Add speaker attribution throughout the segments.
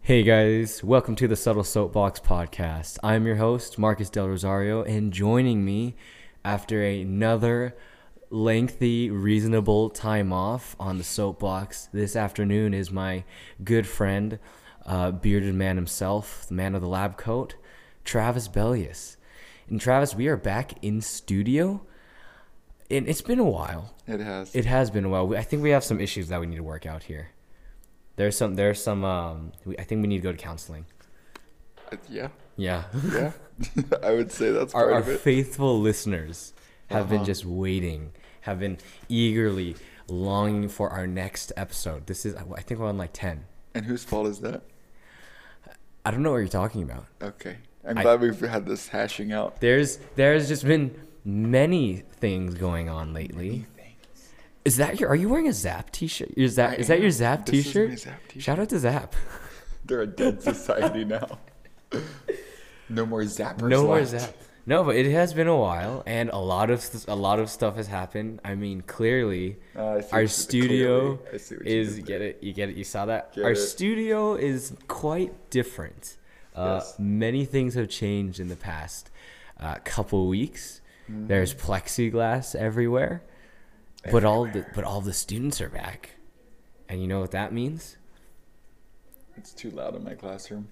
Speaker 1: Hey guys, welcome to the Subtle Soapbox Podcast. I'm your host, Marcus Del Rosario, and joining me after another lengthy, reasonable time off on the soapbox this afternoon is my good friend, uh, bearded man himself, the man of the lab coat, Travis Bellius. And Travis, we are back in studio, and it's been a while.
Speaker 2: It has.
Speaker 1: It has been a while. We- I think we have some issues that we need to work out here. There's some. There's some. Um, we, I think we need to go to counseling.
Speaker 2: yeah,
Speaker 1: Yeah.
Speaker 2: yeah. I would say that's
Speaker 1: our,
Speaker 2: part
Speaker 1: our
Speaker 2: of it.
Speaker 1: faithful listeners have been
Speaker 2: Uh-huh.
Speaker 1: just waiting, have been eagerly longing for our next episode. This is. I think we're on like ten.
Speaker 2: and whose fault is that?
Speaker 1: I don't know what you're talking about.
Speaker 2: Okay. I'm
Speaker 1: I-
Speaker 2: glad we've had this hashing out.
Speaker 1: There's. There's just been many things going on lately. Is that your? Are you wearing a Zap T-shirt? Your Zap.
Speaker 2: I
Speaker 1: Is that your
Speaker 2: am.
Speaker 1: Zap
Speaker 2: This is my
Speaker 1: T-shirt?
Speaker 2: Zap t-shirt.
Speaker 1: Shout out to Zap.
Speaker 2: They're a dead society now. no more zappers.
Speaker 1: No more
Speaker 2: left.
Speaker 1: zap. No, but it has been a while, and a lot of s- a lot of stuff has happened. I mean, clearly,
Speaker 2: Uh, I see what
Speaker 1: our
Speaker 2: you-
Speaker 1: studio
Speaker 2: clearly, I see what you
Speaker 1: is
Speaker 2: did
Speaker 1: get it. You get it. You saw that.
Speaker 2: Get
Speaker 1: our
Speaker 2: it.
Speaker 1: studio is quite different. Uh,
Speaker 2: Yes.
Speaker 1: Many things have changed in the past uh, couple weeks.
Speaker 2: Mm-hmm.
Speaker 1: There's plexiglass everywhere, but all the but all the students are back, and you know what that means?
Speaker 2: It's too loud in my classroom.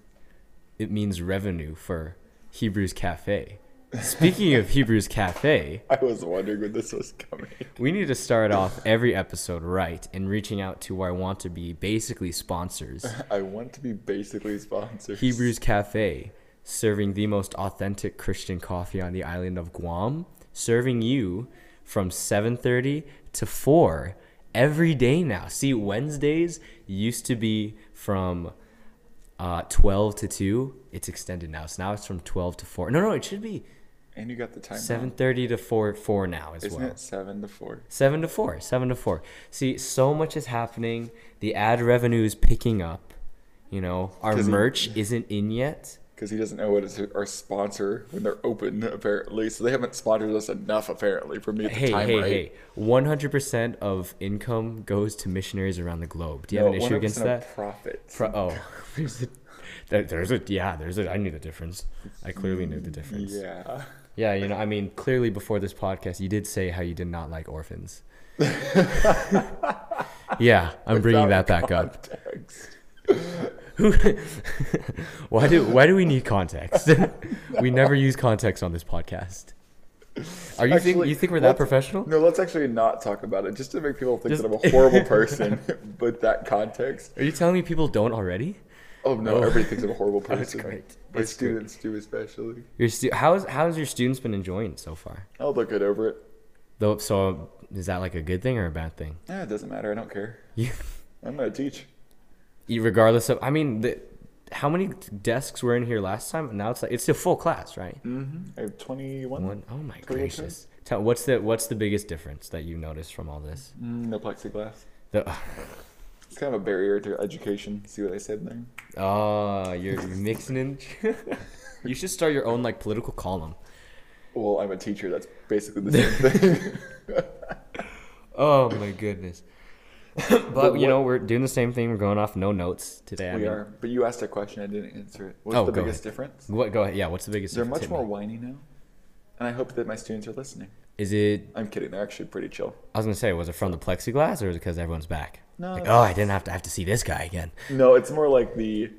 Speaker 1: It means revenue for Hebrews Cafe. Speaking of Hebrews Cafe.
Speaker 2: I was wondering when this was coming.
Speaker 1: We need to start off every episode right and reaching out to our want to be basically sponsors.
Speaker 2: I want to be basically sponsored.
Speaker 1: Hebrews Cafe, serving the most authentic Christian coffee on the island of Guam, serving you from 7:30 to 4 every day now. See, Wednesdays used to be from uh, 12 to 2. It's extended now. So now it's from 12 to 4. No, no, it should be
Speaker 2: And you got the time. wrong.
Speaker 1: 7:30 to 4 4 now as
Speaker 2: Isn't
Speaker 1: well.
Speaker 2: it seven to four?
Speaker 1: Seven to four. Seven to four. See, so much is happening. The ad revenue is picking up. You know, our
Speaker 2: 'Cause he-
Speaker 1: merch isn't in yet.
Speaker 2: Because he doesn't know what is our sponsor when they're open apparently. So they haven't sponsored us enough apparently for me at the
Speaker 1: Hey,
Speaker 2: time
Speaker 1: hey,
Speaker 2: right.
Speaker 1: hey! One hundred percent of income goes to missionaries around the globe. Do you have an
Speaker 2: No,
Speaker 1: issue
Speaker 2: 100%
Speaker 1: against
Speaker 2: of
Speaker 1: that?
Speaker 2: Profits.
Speaker 1: Pro- oh, there's a, there, there's a, yeah, there's a. I knew the difference. I clearly knew the difference. Yeah.
Speaker 2: yeah.
Speaker 1: you know, I mean, clearly before this podcast, you did say how you did not like orphans. yeah, I'm bringing that
Speaker 2: Without
Speaker 1: back up.
Speaker 2: context.
Speaker 1: Who- why do why do we need context? we never use context on this podcast. Are you think
Speaker 2: Actually,
Speaker 1: you think we're that
Speaker 2: let's-
Speaker 1: professional?
Speaker 2: No, let's actually not talk about it, just to make people think
Speaker 1: Just-
Speaker 2: that I'm a horrible person with that context.
Speaker 1: Are you telling me people don't already?
Speaker 2: Oh no,
Speaker 1: Oh.
Speaker 2: everybody thinks I'm a horrible
Speaker 1: That's
Speaker 2: person.
Speaker 1: great.
Speaker 2: My
Speaker 1: That's great.
Speaker 2: students do especially.
Speaker 1: Your stu- how's how's your students been enjoying it so far?
Speaker 2: I'll look it over it.
Speaker 1: Though, so is that like a good thing or a bad thing?
Speaker 2: Yeah, it doesn't matter. I don't care.
Speaker 1: You,
Speaker 2: I'm gonna teach.
Speaker 1: you- regardless of, I mean, the, how many desks were in here last time? Now it's like it's a full class, right?
Speaker 2: I have 21.
Speaker 1: One, oh my
Speaker 2: Total ten.
Speaker 1: gracious! Tell, what's the what's the biggest difference that you noticed from all this?
Speaker 2: Mm, no plexiglass.
Speaker 1: The,
Speaker 2: It's kind of a barrier to education. See what I said there?
Speaker 1: Oh, you're you're mixing in. you should start your own like political column.
Speaker 2: Well, I'm a teacher. That's basically the same thing.
Speaker 1: Oh my goodness. but,
Speaker 2: But
Speaker 1: you know we're doing the same thing. We're going off no notes today. I
Speaker 2: we
Speaker 1: mean-
Speaker 2: are. But you asked a question. I didn't answer it. What's
Speaker 1: Oh,
Speaker 2: the
Speaker 1: go
Speaker 2: biggest difference?
Speaker 1: What? Go ahead. Yeah. What's the biggest?
Speaker 2: They're
Speaker 1: difference? Hit
Speaker 2: much
Speaker 1: me.
Speaker 2: more whiny now. And I hope that my students are listening.
Speaker 1: Is it?
Speaker 2: I'm kidding. They're actually pretty chill.
Speaker 1: I was gonna say, was it from the plexiglass or is it because everyone's back?
Speaker 2: No,
Speaker 1: Like,
Speaker 2: it's- Mm-hmm.
Speaker 1: oh, I didn't have to have to see this guy again.
Speaker 2: No, it's more like the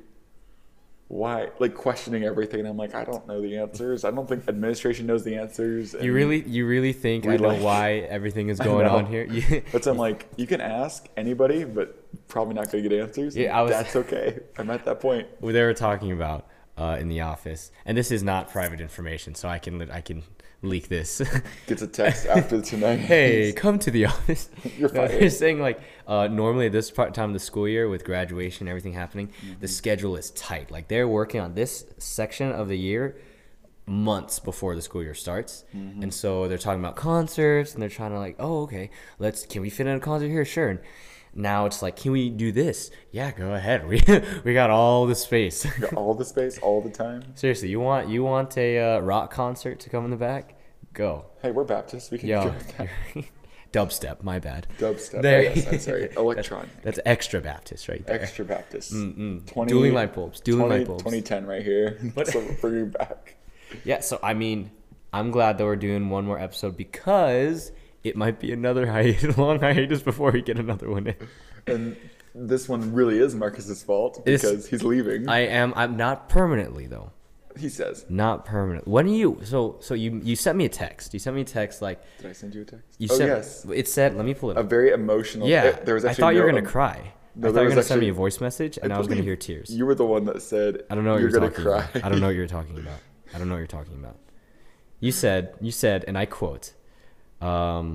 Speaker 2: why, like questioning everything. And I'm like, I don't know the answers. I don't think administration knows the answers.
Speaker 1: You
Speaker 2: and-
Speaker 1: really, you really think
Speaker 2: We
Speaker 1: I know
Speaker 2: like-
Speaker 1: why everything is
Speaker 2: I
Speaker 1: going
Speaker 2: know.
Speaker 1: on here? You-
Speaker 2: But so I'm like, you can ask anybody, but probably not going to get answers.
Speaker 1: Yeah, I was-
Speaker 2: That's okay. I'm at that point.
Speaker 1: what they were talking about uh, in the office, and this is not private information, so I can lit- I can leak this.
Speaker 2: Gets a text after tonight.
Speaker 1: hey, come to the office.
Speaker 2: You're
Speaker 1: No, they're
Speaker 2: fired.
Speaker 1: saying like uh, normally at this part time of the school year with graduation and everything happening,
Speaker 2: Mm-hmm.
Speaker 1: the schedule is tight. Like they're working on this section of the year months before the school year starts,
Speaker 2: Mm-hmm.
Speaker 1: and so they're talking about concerts and they're trying to like, oh okay, let's can we fit in a concert here? Sure. And now it's like, can we do this? Yeah, go ahead. We we got all the space.
Speaker 2: Got all the space, all the time.
Speaker 1: Seriously, you want you want a uh, rock concert to come in the back? Go.
Speaker 2: Hey, we're Baptists. We can
Speaker 1: Yo,
Speaker 2: go with that.
Speaker 1: dubstep. My bad.
Speaker 2: Dubstep.
Speaker 1: There.
Speaker 2: Yes, I'm sorry. Electronic.
Speaker 1: That's extra Baptist right there.
Speaker 2: Extra Baptist. 20,
Speaker 1: Mm, Dueling light bulbs. Dueling
Speaker 2: 20
Speaker 1: light bulbs.
Speaker 2: 2010 right here.
Speaker 1: What-
Speaker 2: so bring you back.
Speaker 1: Yeah. So I mean, I'm glad that we're doing one more episode because it might be another hiatus, long hiatus before we get another one in.
Speaker 2: And this one really is Marcus's fault
Speaker 1: It's-
Speaker 2: because he's leaving.
Speaker 1: I am. I'm not permanently though.
Speaker 2: he says,
Speaker 1: Not permanent. When are you? So so you you sent me a text. You sent me a text like
Speaker 2: "Did I send you a text?"
Speaker 1: you
Speaker 2: oh
Speaker 1: sent.
Speaker 2: yes,
Speaker 1: It said. Let me pull it.
Speaker 2: a
Speaker 1: Up.
Speaker 2: very emotional.
Speaker 1: Yeah.
Speaker 2: it- there was
Speaker 1: I
Speaker 2: actually
Speaker 1: thought you were
Speaker 2: no- um,
Speaker 1: gonna cry.
Speaker 2: no,
Speaker 1: I thought
Speaker 2: there
Speaker 1: you were
Speaker 2: was
Speaker 1: gonna send me
Speaker 2: actually-
Speaker 1: a voice message, and I, was gonna
Speaker 2: believe
Speaker 1: hear tears.
Speaker 2: You were the one that said,
Speaker 1: I don't know what
Speaker 2: you're
Speaker 1: you're,
Speaker 2: gonna
Speaker 1: talking
Speaker 2: cry."
Speaker 1: about. I don't know what you're talking about. I don't know what you're talking about. You said, you said, and I quote, um,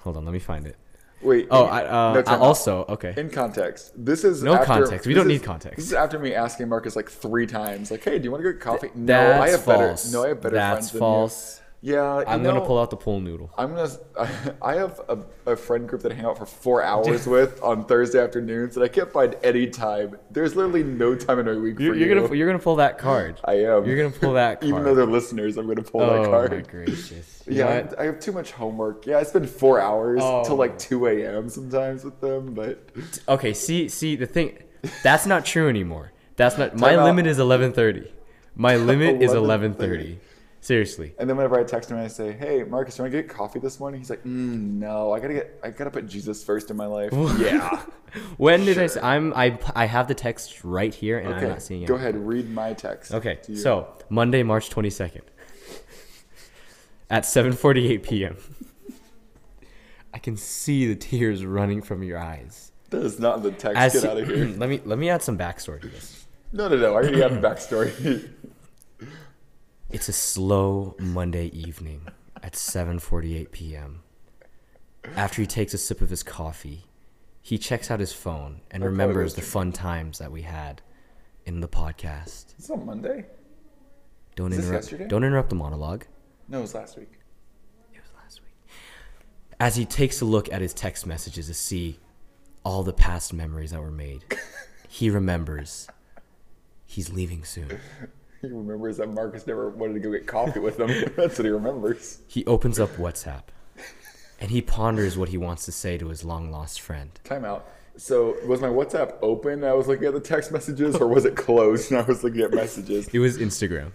Speaker 1: hold on, let me find it.
Speaker 2: Wait.
Speaker 1: Oh, I, uh,
Speaker 2: no,
Speaker 1: I
Speaker 2: time out.
Speaker 1: also, okay.
Speaker 2: In context, this is
Speaker 1: No
Speaker 2: after-
Speaker 1: context. We
Speaker 2: this
Speaker 1: don't
Speaker 2: is-
Speaker 1: need context.
Speaker 2: This is after me asking Marcus like three times, like, "Hey, do you want to go get coffee?" no, I
Speaker 1: That's
Speaker 2: have
Speaker 1: false.
Speaker 2: better. No, I have better
Speaker 1: That's
Speaker 2: friends than you. Uh,
Speaker 1: false.
Speaker 2: Yeah, you
Speaker 1: I'm going
Speaker 2: know,
Speaker 1: to pull out the pool noodle.
Speaker 2: I'm gonna. s- I have a, a friend group that I hang out for four hours with on Thursday afternoons, and I can't find any time. There's literally no time in my week
Speaker 1: You're,
Speaker 2: for
Speaker 1: you're
Speaker 2: you.
Speaker 1: gonna, you're gonna pull that card.
Speaker 2: I am.
Speaker 1: You're gonna pull that card.
Speaker 2: Even though they're listeners, I'm gonna pull that
Speaker 1: oh
Speaker 2: card.
Speaker 1: my gracious. You know
Speaker 2: Yeah,
Speaker 1: what?
Speaker 2: I I have too much homework. Yeah, I spend four hours
Speaker 1: Oh.
Speaker 2: till like two a.m. sometimes with them, but
Speaker 1: Okay. See, see, the thing, that's not true anymore. That's not. My
Speaker 2: out.
Speaker 1: limit is 11:30. My limit is 11:30.
Speaker 2: 11:30.
Speaker 1: Seriously.
Speaker 2: and then whenever I text him and I say, "Hey, Marcus, do you want to get coffee this morning?" He's like, mm, "No, I gotta get. I gotta put Jesus first in my life." yeah.
Speaker 1: When did I? s- I'm I I have the text right here, and I'm
Speaker 2: Okay.
Speaker 1: not seeing it.
Speaker 2: Go ahead, read my text.
Speaker 1: Okay,
Speaker 2: to you.
Speaker 1: so Monday, March 22nd, at 7:48 p.m. I can see the tears running from your eyes.
Speaker 2: that is not in the text.
Speaker 1: As
Speaker 2: get
Speaker 1: se-
Speaker 2: out of here.
Speaker 1: let me let me add some backstory to this.
Speaker 2: No, no, no. I already got the backstory.
Speaker 1: It's a slow Monday evening at 7:48 p.m. After he takes a sip of his coffee, he checks out his phone and
Speaker 2: Oh, probably
Speaker 1: remembers
Speaker 2: was
Speaker 1: the fun times that we had in the podcast.
Speaker 2: it's on Monday.
Speaker 1: Don't
Speaker 2: Is this
Speaker 1: interrupt.
Speaker 2: yesterday?
Speaker 1: Don't interrupt the monologue.
Speaker 2: No, it was last week.
Speaker 1: It was last week. As he takes a look at his text messages to see all the past memories that were made, he remembers he's leaving soon.
Speaker 2: He remembers that Marcus never wanted to go get coffee with him. That's what he remembers.
Speaker 1: He opens up WhatsApp and he ponders what he wants to say to his long lost friend.
Speaker 2: Time out. So was my WhatsApp open? and I was looking at the text messages, or was it closed and I was looking at messages?
Speaker 1: It was Instagram.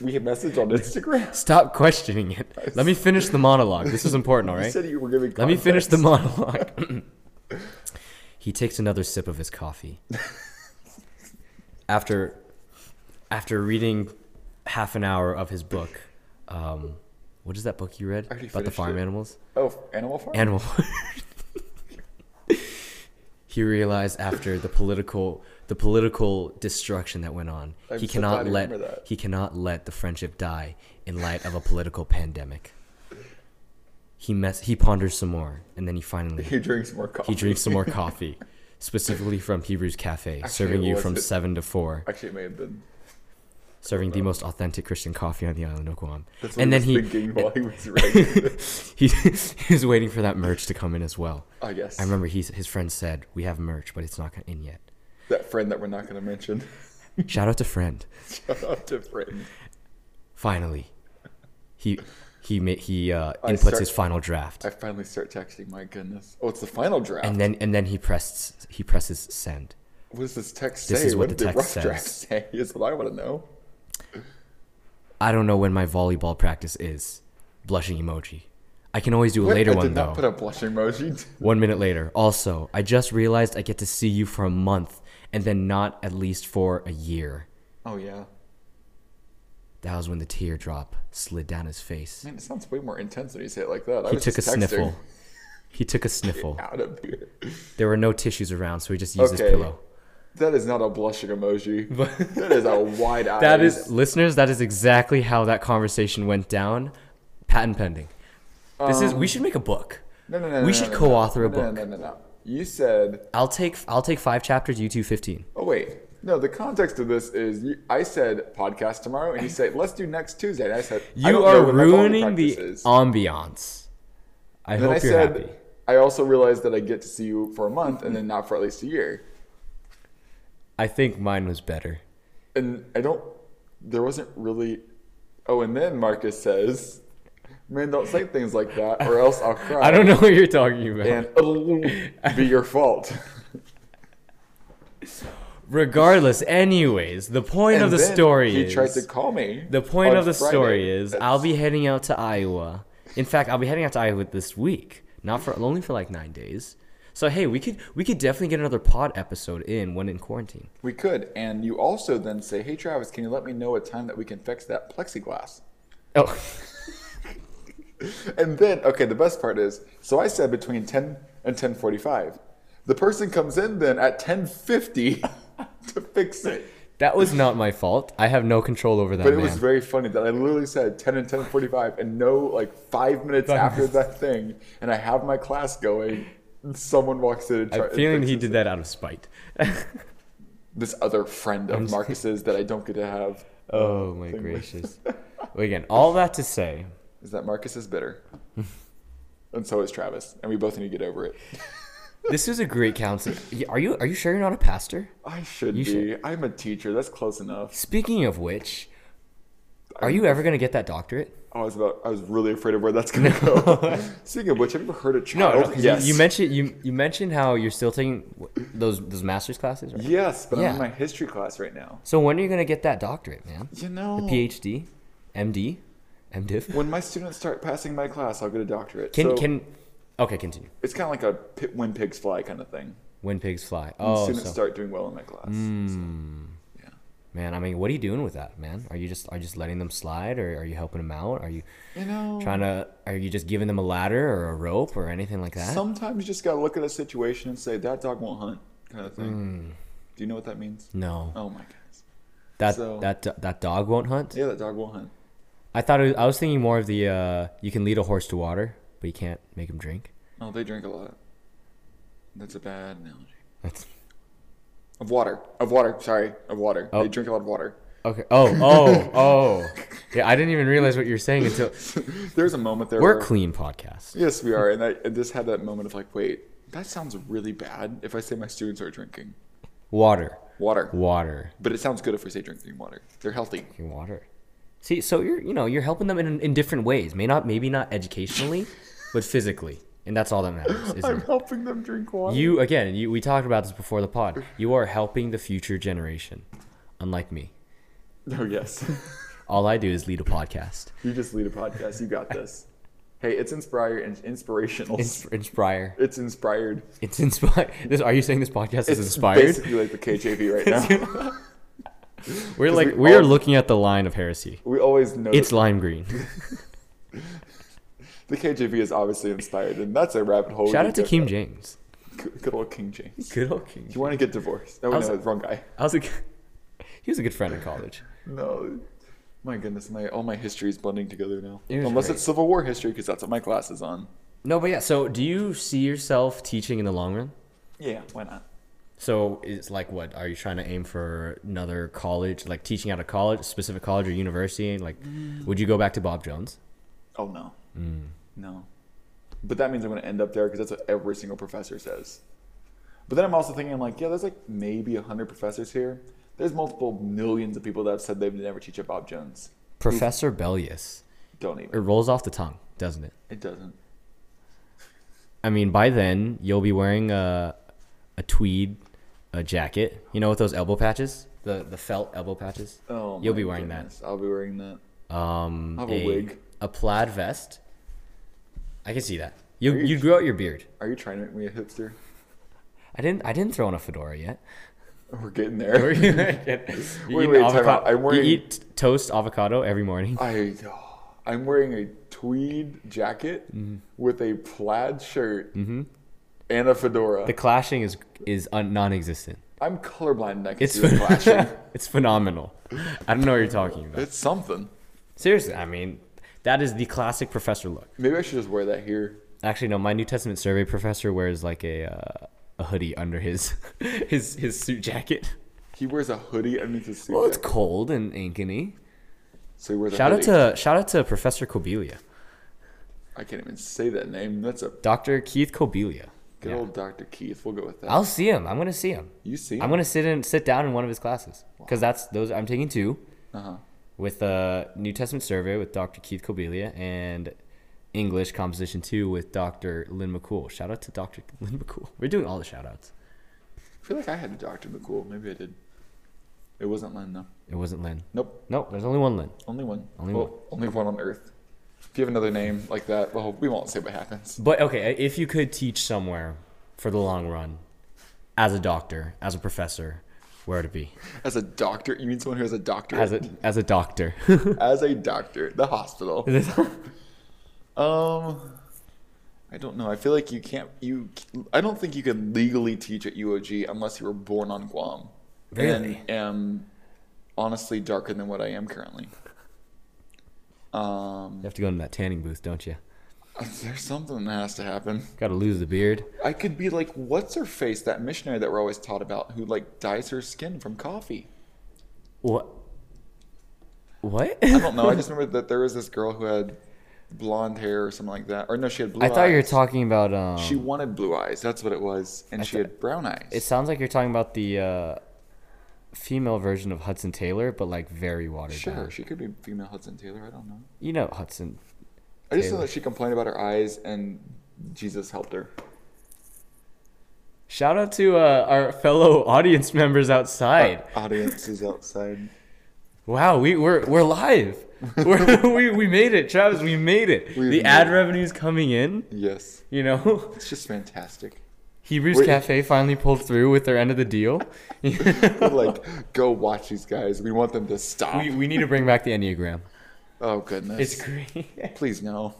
Speaker 2: We had message on Instagram.
Speaker 1: Stop questioning it. Let me finish the monologue. This is important, all
Speaker 2: You
Speaker 1: right?
Speaker 2: said you were giving.
Speaker 1: Let me finish the
Speaker 2: context.
Speaker 1: monologue. he takes another sip of his coffee. after after reading half an hour of his book, um, what is that book you read
Speaker 2: already
Speaker 1: about the
Speaker 2: finished
Speaker 1: farm
Speaker 2: it.
Speaker 1: animals?
Speaker 2: Oh, Animal Farm.
Speaker 1: Animal. Farm. he realized after the political the political destruction that went on,
Speaker 2: I'm
Speaker 1: he
Speaker 2: so
Speaker 1: cannot
Speaker 2: glad you remember
Speaker 1: let
Speaker 2: that.
Speaker 1: he cannot let the friendship die in light of a political pandemic. He mess he ponders some more, and then he finally
Speaker 2: he drinks more coffee.
Speaker 1: he drinks some more coffee, specifically from Hebrews Cafe, serving
Speaker 2: it
Speaker 1: you from
Speaker 2: wasn't.
Speaker 1: seven to four,
Speaker 2: Actually, it may have been.
Speaker 1: serving the most authentic Christian coffee on the island of Guam.
Speaker 2: That's what
Speaker 1: And
Speaker 2: he
Speaker 1: then
Speaker 2: was
Speaker 1: he
Speaker 2: thinking while he was writing.
Speaker 1: he, he was waiting for that merch to come in as well.
Speaker 2: I guess
Speaker 1: I remember he's, his friend said, "We have merch, but it's not in yet."
Speaker 2: that friend that we're not going to mention.
Speaker 1: Shout out to friend.
Speaker 2: Shout out to friend.
Speaker 1: Finally, he he ma- he uh,
Speaker 2: I
Speaker 1: inputs
Speaker 2: start-
Speaker 1: his final draft,
Speaker 2: I finally start texting. My goodness. Oh, it's the final draft.
Speaker 1: and then and then he presses he presses send.
Speaker 2: what does this text
Speaker 1: This
Speaker 2: say?
Speaker 1: is what the
Speaker 2: did
Speaker 1: text
Speaker 2: rough
Speaker 1: says.
Speaker 2: draft say? Is what I want to know.
Speaker 1: I don't know when my volleyball practice is. Blushing emoji. I can always do a
Speaker 2: What?
Speaker 1: later
Speaker 2: I
Speaker 1: one
Speaker 2: did
Speaker 1: though.
Speaker 2: not put a blushing emoji.
Speaker 1: One minute later. Also, I just realized I get to see you for a month and then not at least for a year.
Speaker 2: Oh yeah.
Speaker 1: That was when the teardrop slid down his face.
Speaker 2: Man, it sounds way more intense when you say it like that. I
Speaker 1: He
Speaker 2: was
Speaker 1: took a
Speaker 2: just texting.
Speaker 1: sniffle. He took a sniffle.
Speaker 2: Out of here.
Speaker 1: There were no tissues around, so he just used his
Speaker 2: Okay.
Speaker 1: pillow.
Speaker 2: That is not a blushing emoji. that is a wide eye.
Speaker 1: That is, listeners, that is exactly how that conversation went down. Patent pending. This is,
Speaker 2: Um,
Speaker 1: we should make a book.
Speaker 2: No, no, no.
Speaker 1: we
Speaker 2: no,
Speaker 1: should
Speaker 2: no, no,
Speaker 1: co-author
Speaker 2: no,
Speaker 1: a
Speaker 2: no,
Speaker 1: book.
Speaker 2: No, no, no, no. You said.
Speaker 1: I'll take, I'll take five chapters, you two 15.
Speaker 2: Oh wait. No, the context of this is you, I said podcast tomorrow, and you said let's do next Tuesday. And I said I
Speaker 1: You
Speaker 2: don't
Speaker 1: are
Speaker 2: know when my bowling
Speaker 1: ruining the
Speaker 2: practice is.
Speaker 1: ambiance. I
Speaker 2: Then
Speaker 1: hope
Speaker 2: I
Speaker 1: you're
Speaker 2: said
Speaker 1: happy.
Speaker 2: I also realized that I get to see you for a month, and then not for at least a year.
Speaker 1: I think mine was better.
Speaker 2: and I don't. There wasn't really. Oh, and then Marcus says, Man, don't say things like that, or else I'll cry.
Speaker 1: I don't know what you're talking about.
Speaker 2: And um, it'll be your fault.
Speaker 1: Regardless, anyways, the point of
Speaker 2: And
Speaker 1: the
Speaker 2: then
Speaker 1: story
Speaker 2: he
Speaker 1: is
Speaker 2: tried to call me.
Speaker 1: the point
Speaker 2: on
Speaker 1: of the story
Speaker 2: Friday.
Speaker 1: is I'll be heading out to Iowa. In fact, I'll be heading out to Iowa this week, not for only for like nine days. So hey, we could we could definitely get another pod episode in when in quarantine.
Speaker 2: We could, and you also then say, "Hey Travis, can you let me know a time that we can fix that plexiglass?"
Speaker 1: Oh,
Speaker 2: And then, okay, the best part is, so I said between ten and ten forty-five. The person comes in then at ten fifty to fix it.
Speaker 1: that was not my fault. I have no control over that.
Speaker 2: But it
Speaker 1: man.
Speaker 2: was very funny that I literally said ten and ten forty-five, and no, like five minutes after that thing, and I have my class going. Someone walks in. And try,
Speaker 1: I'm
Speaker 2: and
Speaker 1: feeling he
Speaker 2: fixes
Speaker 1: did
Speaker 2: it.
Speaker 1: that out of spite.
Speaker 2: Oh, This other friend of Marcus's that I don't get to have.
Speaker 1: oh my gracious. Well, again, all that to say,
Speaker 2: is that Marcus is bitter. and so is Travis. And we both need to get over it.
Speaker 1: this is a great counsel. Are you are you sure you're not a pastor?
Speaker 2: I should
Speaker 1: You
Speaker 2: be.
Speaker 1: should-
Speaker 2: I'm a teacher. That's close enough.
Speaker 1: Speaking of which, are you ever gonna get that doctorate?
Speaker 2: I was about I was really afraid of where that's gonna go. Speaking of which, have you ever heard of
Speaker 1: No,
Speaker 2: child?
Speaker 1: no 'cause you- you, mentioned you you mentioned how you're still taking wh- those those master's classes, right?
Speaker 2: Yes, but I'm
Speaker 1: Yeah.
Speaker 2: in my history class right now.
Speaker 1: So when are you gonna get that doctorate, man?
Speaker 2: You know
Speaker 1: PhD, MD, MDiv.
Speaker 2: when my students start passing my class, I'll get a doctorate.
Speaker 1: Can
Speaker 2: so
Speaker 1: can okay continue.
Speaker 2: it's kinda like a pit when pigs fly kind of thing.
Speaker 1: When pigs fly.
Speaker 2: When
Speaker 1: Oh,
Speaker 2: students
Speaker 1: so, Hmm.
Speaker 2: start doing well in my class. So, yeah.
Speaker 1: man. I mean, what are you doing with that, man? Are you just are you just letting them slide, or are you helping them out? Are you
Speaker 2: You know
Speaker 1: trying to? Are you just giving them a ladder or a rope or anything like that?
Speaker 2: sometimes you just gotta look at a situation and say, That dog won't hunt kind of
Speaker 1: Hmm.
Speaker 2: thing. Do you know what that means?
Speaker 1: no,
Speaker 2: Oh my goodness.
Speaker 1: that
Speaker 2: so-
Speaker 1: that do- that dog won't hunt.
Speaker 2: Yeah, that dog will hunt.
Speaker 1: I thought it was, I was thinking more of the uh, you can lead a horse to water, but you can't make him drink.
Speaker 2: Oh, they drink a lot. That's a bad analogy.
Speaker 1: That's
Speaker 2: Of water. Of water. Sorry. Of water.
Speaker 1: Oh.
Speaker 2: They drink a lot of water.
Speaker 1: Okay. Oh, oh, oh. Yeah, I didn't even realize what you're saying until
Speaker 2: There's a moment there.
Speaker 1: we're
Speaker 2: where-
Speaker 1: clean podcast.
Speaker 2: Yes, we are. And I and just had that moment of like, wait, that sounds really bad if I say my students are drinking
Speaker 1: Water,
Speaker 2: water.
Speaker 1: water,
Speaker 2: But it sounds good if we say drinking water. They're healthy.
Speaker 1: fucking water. See, so you're you know you're helping them in in different ways. May not maybe not educationally, but physically, and that's all that matters. Isn't
Speaker 2: I'm
Speaker 1: it?
Speaker 2: helping them drink water.
Speaker 1: You again. You, we talked about this before the pod. You are helping the future generation, unlike me.
Speaker 2: oh, yes.
Speaker 1: All I do is lead a podcast.
Speaker 2: you just lead a podcast. You got this. Hey, it's inspire and inspirational.
Speaker 1: It's inspire.
Speaker 2: it's inspired.
Speaker 1: It's inspire. This are you saying this podcast is inspired?
Speaker 2: Basically like the KJV right now.
Speaker 1: We're like
Speaker 2: we
Speaker 1: we are
Speaker 2: all-
Speaker 1: looking at the line of heresy.
Speaker 2: we always know
Speaker 1: It's lime green.
Speaker 2: The KJV is obviously inspired, and that's a rabbit hole. we
Speaker 1: Shout
Speaker 2: could
Speaker 1: out to
Speaker 2: go
Speaker 1: King
Speaker 2: down.
Speaker 1: James.
Speaker 2: Good, good old King James.
Speaker 1: Good old King.
Speaker 2: You want to get divorced? No,
Speaker 1: was-
Speaker 2: no, wrong guy.
Speaker 1: I was a, g- he was a good friend in college.
Speaker 2: No, my goodness, my all my history is blending together now.
Speaker 1: It was
Speaker 2: Unless
Speaker 1: great.
Speaker 2: it's Civil War history, because that's what my class is on.
Speaker 1: No, but yeah. So, do you see yourself teaching in the long run?
Speaker 2: Yeah, why not?
Speaker 1: So, it's like what are you trying to aim for another college, like teaching out of college, a specific college or university? Like, would you go back to Bob Jones?
Speaker 2: Oh no,
Speaker 1: Mm.
Speaker 2: no. But that means I'm going to end up there because that's what every single professor says. But then I'm also thinking, like, yeah, there's like maybe hundred professors here. There's multiple millions of people that have said they'd never teach at Bob Jones.
Speaker 1: Professor Bellius.
Speaker 2: Don't
Speaker 1: It
Speaker 2: even.
Speaker 1: rolls off the tongue, doesn't it?
Speaker 2: It doesn't.
Speaker 1: I mean, by then you'll be wearing a a tweed, a jacket. You know, with those elbow patches, the the felt elbow patches.
Speaker 2: Oh,
Speaker 1: You'll
Speaker 2: my
Speaker 1: be wearing that.
Speaker 2: goodness. I'll be wearing that.
Speaker 1: Um,
Speaker 2: I'll have a wig.
Speaker 1: a plaid vest. I can see that. You you grow out your beard.
Speaker 2: Are you trying to make me a hipster?
Speaker 1: I didn't I didn't throw on a fedora yet.
Speaker 2: We're getting there.
Speaker 1: you
Speaker 2: Wait, wait, time out. I'm
Speaker 1: you
Speaker 2: wearing-
Speaker 1: eat toast avocado every morning.
Speaker 2: I, I'm wearing a tweed jacket
Speaker 1: Mm-hmm.
Speaker 2: with a plaid shirt and a fedora.
Speaker 1: The clashing is is un- non-existent.
Speaker 2: I'm colorblind and I can
Speaker 1: It's
Speaker 2: see the flashing.
Speaker 1: it's phenomenal. I don't know what you're talking about.
Speaker 2: it's something.
Speaker 1: Seriously, I mean, that is the classic professor look.
Speaker 2: Maybe I should just wear that here.
Speaker 1: Actually, no, my New Testament survey professor wears like a uh, a hoodie under his his his suit jacket.
Speaker 2: He wears a hoodie underneath his suit.
Speaker 1: Well, it's
Speaker 2: jacket.
Speaker 1: cold and ankeny.
Speaker 2: so he wears a
Speaker 1: Shout out
Speaker 2: hoodie.
Speaker 1: to shout out to Professor Kobelia,
Speaker 2: I can't even say that name. That's a
Speaker 1: Doctor Keith Kobelia.
Speaker 2: good
Speaker 1: Yeah.
Speaker 2: old Dr. Keith. We'll go with that.
Speaker 1: I'll see him. I'm gonna see him.
Speaker 2: you see?
Speaker 1: I'm gonna sit and sit down in one of his classes because that's those I'm taking two
Speaker 2: Uh huh.
Speaker 1: with a New Testament survey with Doctor Keith Kobelia and English Composition 2 with Dr. Lynn McCool. Shout out to Dr. Lynn McCool. We're doing all the shout outs.
Speaker 2: I feel like I had a Dr. McCool. Maybe I did. It wasn't Lynn, though.
Speaker 1: It wasn't Lynn.
Speaker 2: Nope.
Speaker 1: Nope, there's only one Lynn.
Speaker 2: Only one.
Speaker 1: Only
Speaker 2: Well,
Speaker 1: one.
Speaker 2: Only one on Earth. If you have another name like that, well, we won't say what happens.
Speaker 1: But okay, if you could teach somewhere for the long run, as a doctor, as a professor, where would it be?
Speaker 2: As a doctor, you mean someone who has a doctor?
Speaker 1: As a as a doctor.
Speaker 2: As a doctor, the hospital. Um, I don't know. I feel like you can't. You, I don't think you can legally teach at UOG unless you were born on Guam.
Speaker 1: Really?
Speaker 2: And am honestly darker than what I am currently. Um,
Speaker 1: You have to go into that tanning booth, don't you?
Speaker 2: there's something that has to happen.
Speaker 1: Got to lose the beard.
Speaker 2: I could be like, what's her face? That missionary that we're always taught about, who like dyes her skin from coffee.
Speaker 1: What? What?
Speaker 2: I don't know. I just remember that there was this girl who had blonde hair or something like that. Or no, she had blue.
Speaker 1: I thought you were
Speaker 2: eyes.
Speaker 1: talking about um.
Speaker 2: She wanted blue eyes. That's what it was, and she
Speaker 1: thought-
Speaker 2: had brown eyes.
Speaker 1: It sounds like you're talking about the uh, female version of Hudson Taylor, but like very watered
Speaker 2: Sure,
Speaker 1: down.
Speaker 2: she could be female Hudson Taylor. I don't know.
Speaker 1: You know Hudson.
Speaker 2: I just know
Speaker 1: Taylor.
Speaker 2: that she complained about her eyes, and Jesus helped her.
Speaker 1: Shout out to uh, our fellow audience members outside.
Speaker 2: Audience is outside.
Speaker 1: Wow, we we're we're live. We're, we we made it, Travis. We made it.
Speaker 2: We've
Speaker 1: the ad
Speaker 2: made it.
Speaker 1: revenue's coming in.
Speaker 2: Yes,
Speaker 1: You know,
Speaker 2: it's just fantastic.
Speaker 1: Hebrews
Speaker 2: Wait.
Speaker 1: Cafe finally pulled through with their end of the deal.
Speaker 2: We're like, go watch these guys. We want them to stop.
Speaker 1: we we need to bring back the enneagram.
Speaker 2: oh goodness.
Speaker 1: It's great.
Speaker 2: Please no.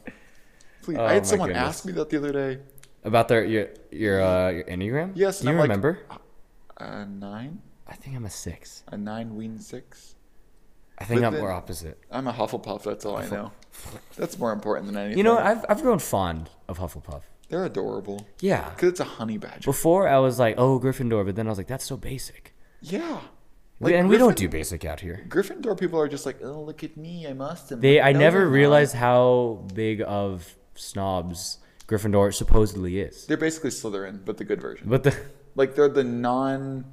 Speaker 2: Please.
Speaker 1: Oh,
Speaker 2: I
Speaker 1: my
Speaker 2: had someone
Speaker 1: goodness.
Speaker 2: ask me that the other day.
Speaker 1: About their your your uh, your enneagram.
Speaker 2: Yes,
Speaker 1: Do
Speaker 2: and
Speaker 1: you
Speaker 2: I'm like- uh,
Speaker 1: remember?
Speaker 2: A nine,
Speaker 1: I think I'm a six.
Speaker 2: a nine ween six.
Speaker 1: I think
Speaker 2: But
Speaker 1: I'm,
Speaker 2: then-
Speaker 1: we're opposite.
Speaker 2: I'm a Hufflepuff. That's all I know. That's more important than anything.
Speaker 1: You know, I've I've grown fond of Hufflepuff.
Speaker 2: they're adorable.
Speaker 1: Yeah.
Speaker 2: Cause it's a honey badger.
Speaker 1: Before I was like, oh Gryffindor, but then I was like, that's so basic.
Speaker 2: Yeah.
Speaker 1: We- and we don't do
Speaker 2: Gryffindor-
Speaker 1: basic out here.
Speaker 2: Gryffindor people are just like, oh, look at me, I must. am
Speaker 1: They,
Speaker 2: like,
Speaker 1: I
Speaker 2: no,
Speaker 1: never
Speaker 2: they're not."
Speaker 1: realized how big of snobs Gryffindor supposedly is.
Speaker 2: They're basically Slytherin, but the good version.
Speaker 1: But the
Speaker 2: Like they're the non,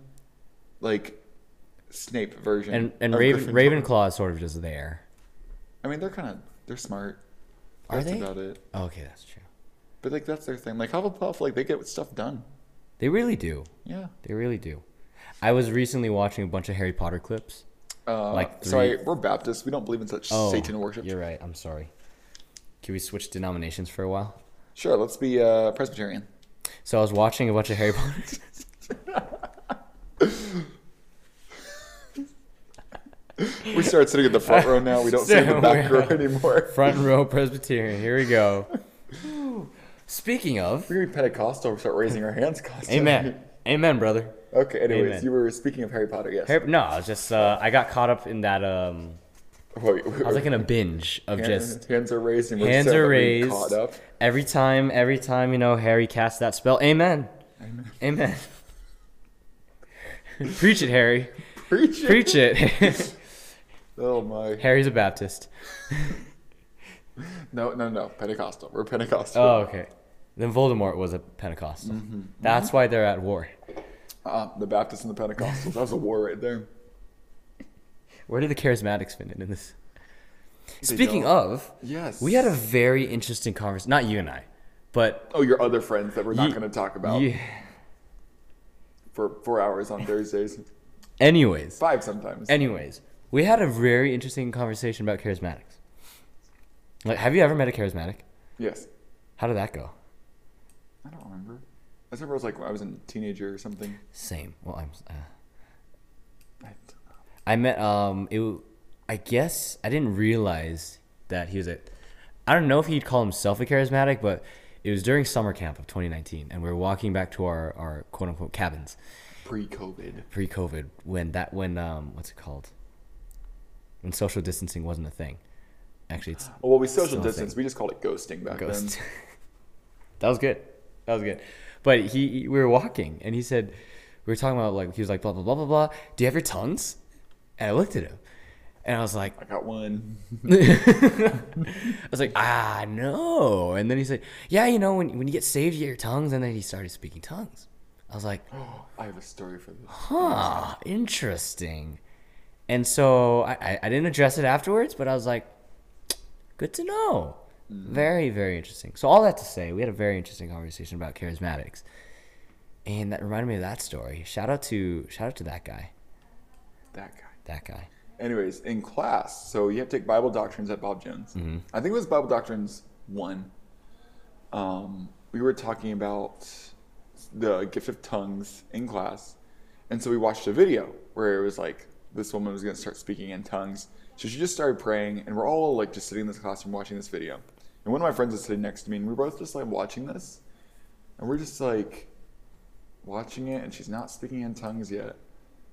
Speaker 2: like, Snape version.
Speaker 1: and and
Speaker 2: of
Speaker 1: Raven,
Speaker 2: Gryffindor.
Speaker 1: Ravenclaw is sort of just there.
Speaker 2: I mean, they're kind of they're smart.
Speaker 1: Are
Speaker 2: that's
Speaker 1: they?
Speaker 2: about it.
Speaker 1: Okay, that's true.
Speaker 2: But like that's their thing. Like Hufflepuff, like they get stuff done.
Speaker 1: They really do.
Speaker 2: Yeah.
Speaker 1: They really do. I was recently watching a bunch of Harry Potter clips.
Speaker 2: Uh,
Speaker 1: Like
Speaker 2: sorry, we're Baptists. We don't believe in such
Speaker 1: Oh,
Speaker 2: Satan worship.
Speaker 1: You're right. I'm sorry. Can we switch denominations for a while?
Speaker 2: Sure, let's be uh, Presbyterian.
Speaker 1: So I was watching a bunch of Harry Potter.
Speaker 2: We start sitting in the front row now. We don't sit in the back
Speaker 1: We're-
Speaker 2: row anymore.
Speaker 1: Front row Presbyterian. Here we go. Speaking of,
Speaker 2: We're gonna be Pentecostal. We start raising our hands constantly.
Speaker 1: amen. Amen, brother.
Speaker 2: Okay. Anyways,
Speaker 1: Amen.
Speaker 2: you were speaking of Harry Potter. Yes.
Speaker 1: Harry, no, I was just, uh, I got caught up in that, um,
Speaker 2: Wait, wait,
Speaker 1: I was like in a binge of
Speaker 2: hands,
Speaker 1: just
Speaker 2: hands are raised. And we're
Speaker 1: hands
Speaker 2: set
Speaker 1: are
Speaker 2: up being
Speaker 1: raised.
Speaker 2: Caught up.
Speaker 1: Every time, every time, you know, Harry casts that spell. Amen. Amen. Preach it, Harry.
Speaker 2: Preach it.
Speaker 1: Preach it.
Speaker 2: Oh my.
Speaker 1: Harry's a Baptist.
Speaker 2: No, no, no. Pentecostal. We're Pentecostal.
Speaker 1: Oh, okay. Then Voldemort was a Pentecostal.
Speaker 2: Mm-hmm.
Speaker 1: That's why they're at war.
Speaker 2: Uh, the Baptists and the Pentecostals. That was a war right there.
Speaker 1: Where do the charismatics fit in, in this?
Speaker 2: They
Speaker 1: Speaking
Speaker 2: don't-
Speaker 1: of,
Speaker 2: Yes.
Speaker 1: we had a very interesting conversation. Not you and I, but
Speaker 2: Oh, your other friends that we're not
Speaker 1: Ye-
Speaker 2: going to talk about
Speaker 1: you-
Speaker 2: for four hours on Thursdays.
Speaker 1: anyways,
Speaker 2: Five sometimes.
Speaker 1: anyways, we had a very interesting conversation about charismatics. Like, have you ever met a charismatic?
Speaker 2: yes.
Speaker 1: How did that go?
Speaker 2: I don't remember. I just remember it was like when I was a teenager or something.
Speaker 1: Same. Well, I'm. Uh,
Speaker 2: I-
Speaker 1: I met. Um. It. w- I guess I didn't realize that he was a. I don't know if he'd call himself a charismatic, but it was during summer camp of 2019, and we were walking back to our our quote unquote cabins
Speaker 2: Pre-COVID.
Speaker 1: pre-COVID when that when um what's it called when social distancing wasn't a thing. Actually, it's
Speaker 2: Oh, well, we social
Speaker 1: Still a
Speaker 2: distance.
Speaker 1: thing.
Speaker 2: We just called it ghosting back
Speaker 1: ghost.
Speaker 2: then.
Speaker 1: that was good. That was good. But he, he- we were walking, and he said, we were talking about like he was like blah blah blah blah blah. Do you have your tongues? And I looked at him, and I was like,
Speaker 2: I got one.
Speaker 1: I was like, ah no. And then he said, yeah, you know, when when you get saved, you get your tongues. And then he started speaking tongues. I was like,
Speaker 2: I have a story for this.
Speaker 1: huh, interesting. And so I, I, I didn't address it afterwards, but I was like, good to know. Very, very interesting. So all that to say, we had a very interesting conversation about charismatics, and that reminded me of that story. Shout out to shout out to that guy,
Speaker 2: That guy.
Speaker 1: that guy.
Speaker 2: Anyways, in class, so you have to take Bible doctrines at Bob Jones. I think it was Bible doctrines one. Um, we were talking about the gift of tongues in class, and so we watched a video where it was like this woman was going to start speaking in tongues. So she just started praying, and we're all like just sitting in this classroom watching this video. And one of my friends was sitting next to me, and we were both just like watching this, and we're just like watching it, and she's not speaking in tongues yet.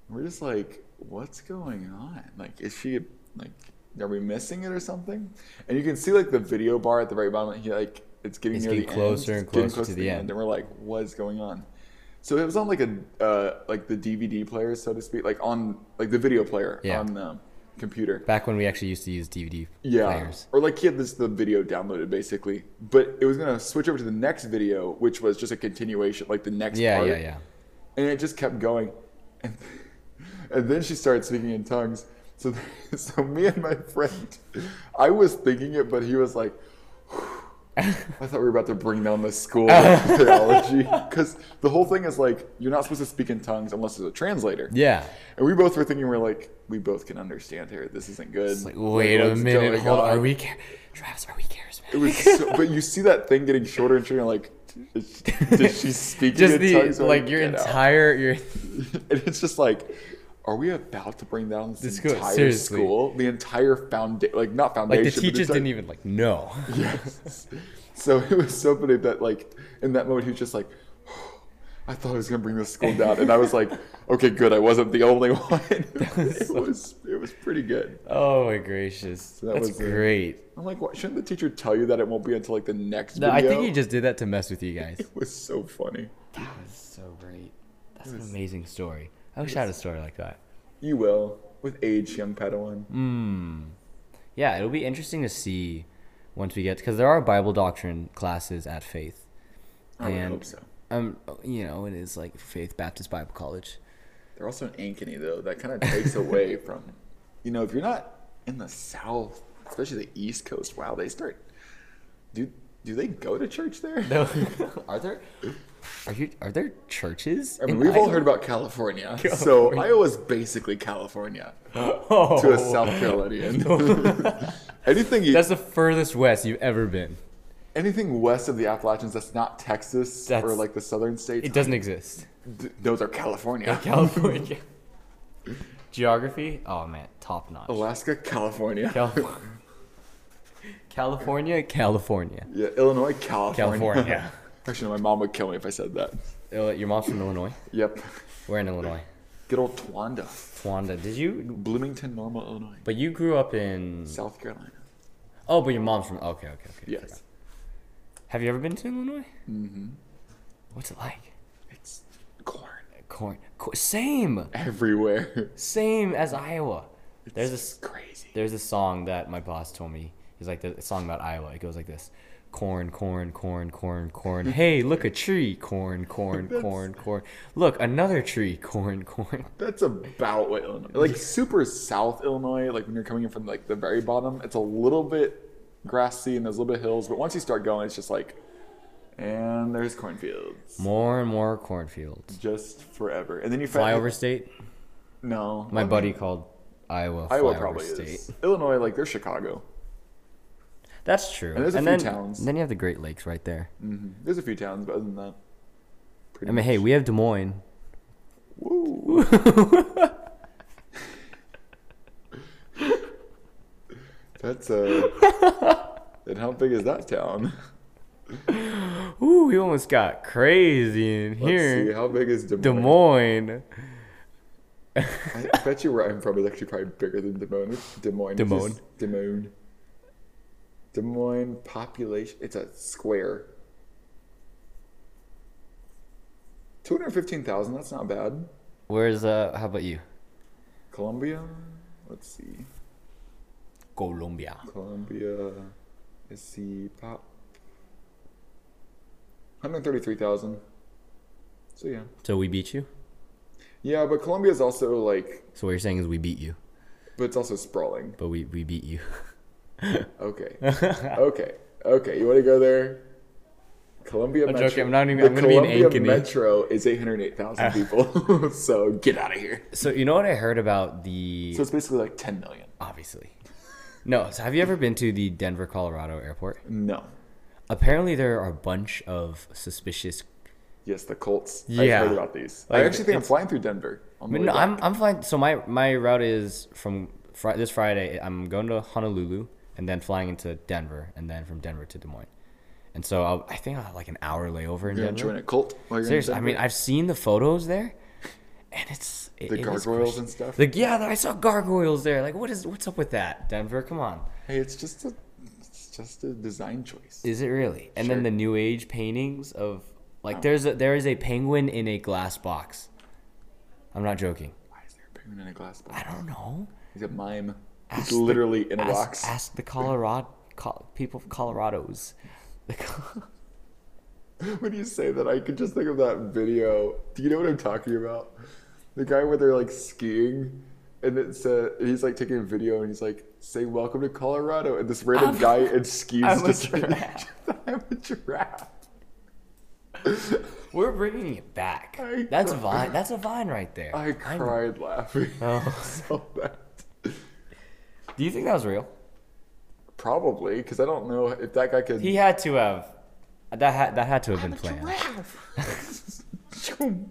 Speaker 2: We're just like, what's going on? Like, is she like, are we missing it or something? And you can see like the video bar at the very bottom. He like, it's getting
Speaker 1: It's
Speaker 2: near
Speaker 1: getting
Speaker 2: the
Speaker 1: closer
Speaker 2: end.
Speaker 1: and
Speaker 2: It's getting
Speaker 1: closer to the end.
Speaker 2: And we're like, what's going on? So it was on like a uh, like the DVD player, so to speak, like on like the video player
Speaker 1: Yeah.
Speaker 2: on the computer.
Speaker 1: Back when we actually used to use DVD
Speaker 2: Yeah.
Speaker 1: players.
Speaker 2: Or like he had this the video downloaded basically, but it was gonna switch over to the next video, which was just a continuation, like the next
Speaker 1: Yeah,
Speaker 2: part
Speaker 1: yeah, yeah.
Speaker 2: and it just kept going. And, and then she started speaking in tongues. So, so me and my friend, I was thinking it, but he was like, I thought we were about to bring down the school of theology. Because the whole thing is like, you're not supposed to speak in tongues unless there's a translator.
Speaker 1: Yeah.
Speaker 2: And we both were thinking, we're like, we both can understand her. This isn't good.
Speaker 1: It's like, wait a
Speaker 2: what's
Speaker 1: minute,
Speaker 2: going
Speaker 1: hold on.
Speaker 2: on?"
Speaker 1: Are we, char- Travis? Are we charismatic?
Speaker 2: It was so, but you see that thing getting shorter and shorter, and like, is she, is she speaking
Speaker 1: Just
Speaker 2: in
Speaker 1: the
Speaker 2: tongues? or
Speaker 1: like your
Speaker 2: get out?
Speaker 1: entire your
Speaker 2: and it's just like, are we about to bring down this,
Speaker 1: This school-
Speaker 2: entire
Speaker 1: seriously.
Speaker 2: school? The entire foundation, like not
Speaker 1: like
Speaker 2: foundation.
Speaker 1: the teachers didn't even like know.
Speaker 2: even. Yes. so it was so funny that like in that moment he was just like, I thought I was gonna bring this school down, and I was like, okay, good, I wasn't the only one. it was it was pretty good.
Speaker 1: Oh my gracious,
Speaker 2: that
Speaker 1: that's
Speaker 2: was it.
Speaker 1: great.
Speaker 2: I'm like, what? shouldn't the teacher tell you that it won't be until like the next?
Speaker 1: No, I
Speaker 2: video?
Speaker 1: think he just did that to mess with you guys.
Speaker 2: It was so funny.
Speaker 1: That was so great. That's an amazing story. I wish I had a story like that.
Speaker 2: You will with age, young Padawan.
Speaker 1: Mm. Yeah, it'll be interesting to see once we get because there are Bible doctrine classes at Faith.
Speaker 2: I would
Speaker 1: and-
Speaker 2: hope so.
Speaker 1: Um, you know, it is like Faith Baptist Bible College.
Speaker 2: They're also in Ankeny, though. That kind of takes away from, you know, if you're not in the South, especially the East Coast. Wow, they start. Do do they go to church there?
Speaker 1: No, are there? Are you? Are there churches?
Speaker 2: I mean,
Speaker 1: in
Speaker 2: we've all
Speaker 1: Iowa?
Speaker 2: heard about California, so
Speaker 1: California.
Speaker 2: Iowa's basically California
Speaker 1: Oh,
Speaker 2: to a South Carolinian. anything you,
Speaker 1: that's the furthest west you've ever been.
Speaker 2: anything west of the Appalachians that's not Texas or
Speaker 1: That's-
Speaker 2: like the southern states,
Speaker 1: It doesn't exist.
Speaker 2: th- those are California.
Speaker 1: California. Geography? Oh man, top notch.
Speaker 2: Alaska, California.
Speaker 1: California. California, California.
Speaker 2: yeah, Illinois, California.
Speaker 1: California.
Speaker 2: Actually, my mom would kill me if I said that.
Speaker 1: Uh, Your mom's from Illinois.
Speaker 2: Yep.
Speaker 1: We're in Illinois.
Speaker 2: Good old Twanda.
Speaker 1: Wanda, did you?
Speaker 2: Bloomington, Normal, Illinois.
Speaker 1: But you grew up in.
Speaker 2: South Carolina.
Speaker 1: Oh, but your mom's from. Okay, okay, okay.
Speaker 2: Yes.
Speaker 1: Have you ever been to Illinois? Mm-hmm. What's it like?
Speaker 2: It's corn
Speaker 1: Corn. Co- same.
Speaker 2: everywhere.
Speaker 1: Same as Iowa. There's this.
Speaker 2: It's crazy.
Speaker 1: There's a song that my boss told me. He's like, the song about Iowa. It goes like this Corn, corn, corn, corn, corn. Hey, look, a tree. Corn, corn, corn, corn. Look, another tree. Corn, corn.
Speaker 2: That's about what Illinois. Like super South Illinois, like when you're coming in from like the very bottom, it's a little bit grassy and there's a little bit of hills, but once you start going, it's just like, and there's cornfields,
Speaker 1: More and more cornfields.
Speaker 2: just forever. And then you find
Speaker 1: Flyover state?
Speaker 2: No,
Speaker 1: My buddy called Iowa
Speaker 2: Iowa
Speaker 1: flyover
Speaker 2: probably
Speaker 1: state.
Speaker 2: is. Illinois, like they're Chicago.
Speaker 1: That's true.
Speaker 2: And there's a few
Speaker 1: then,
Speaker 2: towns.
Speaker 1: then you have the Great Lakes right there.
Speaker 2: There's a few towns, but other than that, pretty
Speaker 1: I mean, hey, we have Des Moines.
Speaker 2: Woo. That's uh And how big is that town?
Speaker 1: Ooh, we almost got crazy in
Speaker 2: Let's see.
Speaker 1: here.
Speaker 2: How big is Des
Speaker 1: Des
Speaker 2: Moines?
Speaker 1: Moines.
Speaker 2: I I bet you where I'm from is actually probably bigger than Des Moines. Des Moines.
Speaker 1: Des
Speaker 2: is
Speaker 1: Moines.
Speaker 2: Des Moines. Des Moines population. It's a square. Two hundred fifteen thousand. That's not bad.
Speaker 1: Where's, uh, how about you?
Speaker 2: Columbia. Let's see.
Speaker 1: Colombia.
Speaker 2: Columbia. Let's see. Pop. 133,000. So yeah.
Speaker 1: So we beat you?
Speaker 2: Yeah, but Columbia is also like,
Speaker 1: So what you're saying is we beat you,
Speaker 2: but it's also sprawling.
Speaker 1: but we, we beat you.
Speaker 2: Okay. okay. Okay, you want to go there? Columbia
Speaker 1: I'm
Speaker 2: Metro.
Speaker 1: joking, I'm not even-
Speaker 2: the
Speaker 1: I'm gonna be in
Speaker 2: Columbia
Speaker 1: Ankeny. Uh.
Speaker 2: Metro is 808,000 people, so get out of here.
Speaker 1: So you know what I heard about the
Speaker 2: So it's basically like 10 million.
Speaker 1: obviously. No, so have you ever been to the Denver, Colorado airport?
Speaker 2: No.
Speaker 1: Apparently, there are a bunch of suspicious.
Speaker 2: Yes, the Colts.
Speaker 1: Yeah.
Speaker 2: I've heard about these. I
Speaker 1: Like,
Speaker 2: actually think I'm
Speaker 1: it's-
Speaker 2: flying through Denver. On
Speaker 1: I
Speaker 2: the
Speaker 1: mean,
Speaker 2: way
Speaker 1: no,
Speaker 2: back.
Speaker 1: I'm I'm flying. So my my route is from fri- this Friday. I'm going to Honolulu and then flying into Denver and then from Denver to Des Moines. And so I'll, I think I'll have like an hour layover in
Speaker 2: You're gonna
Speaker 1: Denver.
Speaker 2: join a cult while you're
Speaker 1: Seriously,
Speaker 2: in
Speaker 1: I
Speaker 2: Denver?
Speaker 1: mean, I've seen the photos there, and it's it,
Speaker 2: The
Speaker 1: it is
Speaker 2: gargoyles
Speaker 1: crazy.
Speaker 2: and stuff?
Speaker 1: Like yeah, I saw gargoyles there. Like what is what's up with that, Denver? Come on,
Speaker 2: Hey, it's just a, it's just a design choice.
Speaker 1: is it really? And
Speaker 2: Sure. Oh.
Speaker 1: then the New Age paintings of like there's a there is a penguin in a glass box. I'm not joking.
Speaker 2: Why is there a penguin in a glass
Speaker 1: I
Speaker 2: box?
Speaker 1: don't know.
Speaker 2: He's a mime.
Speaker 1: Ask
Speaker 2: He's
Speaker 1: the-
Speaker 2: literally in a
Speaker 1: ask,
Speaker 2: box.
Speaker 1: Ask the Colorado Col- people from Colorado's. The Col-
Speaker 2: When you say that, I could just think of that video. Do you know what I'm talking about? The guy where they're like skiing, and it's uh, and he's like taking a video, and he's like, "Say welcome to Colorado," and this random
Speaker 1: I'm-
Speaker 2: guy in skis
Speaker 1: I'm a
Speaker 2: just
Speaker 1: giraffe.
Speaker 2: I'm a giraffe.
Speaker 1: We're bringing it back.
Speaker 2: I
Speaker 1: That's
Speaker 2: cri-
Speaker 1: vine. That's a vine right there.
Speaker 2: I
Speaker 1: I'm-
Speaker 2: cried laughing.
Speaker 1: Oh.
Speaker 2: so that
Speaker 1: Do you think that was real?
Speaker 2: probably because I don't know if that guy could.
Speaker 1: He had to have. That had that had to have been planned.
Speaker 2: giraffe.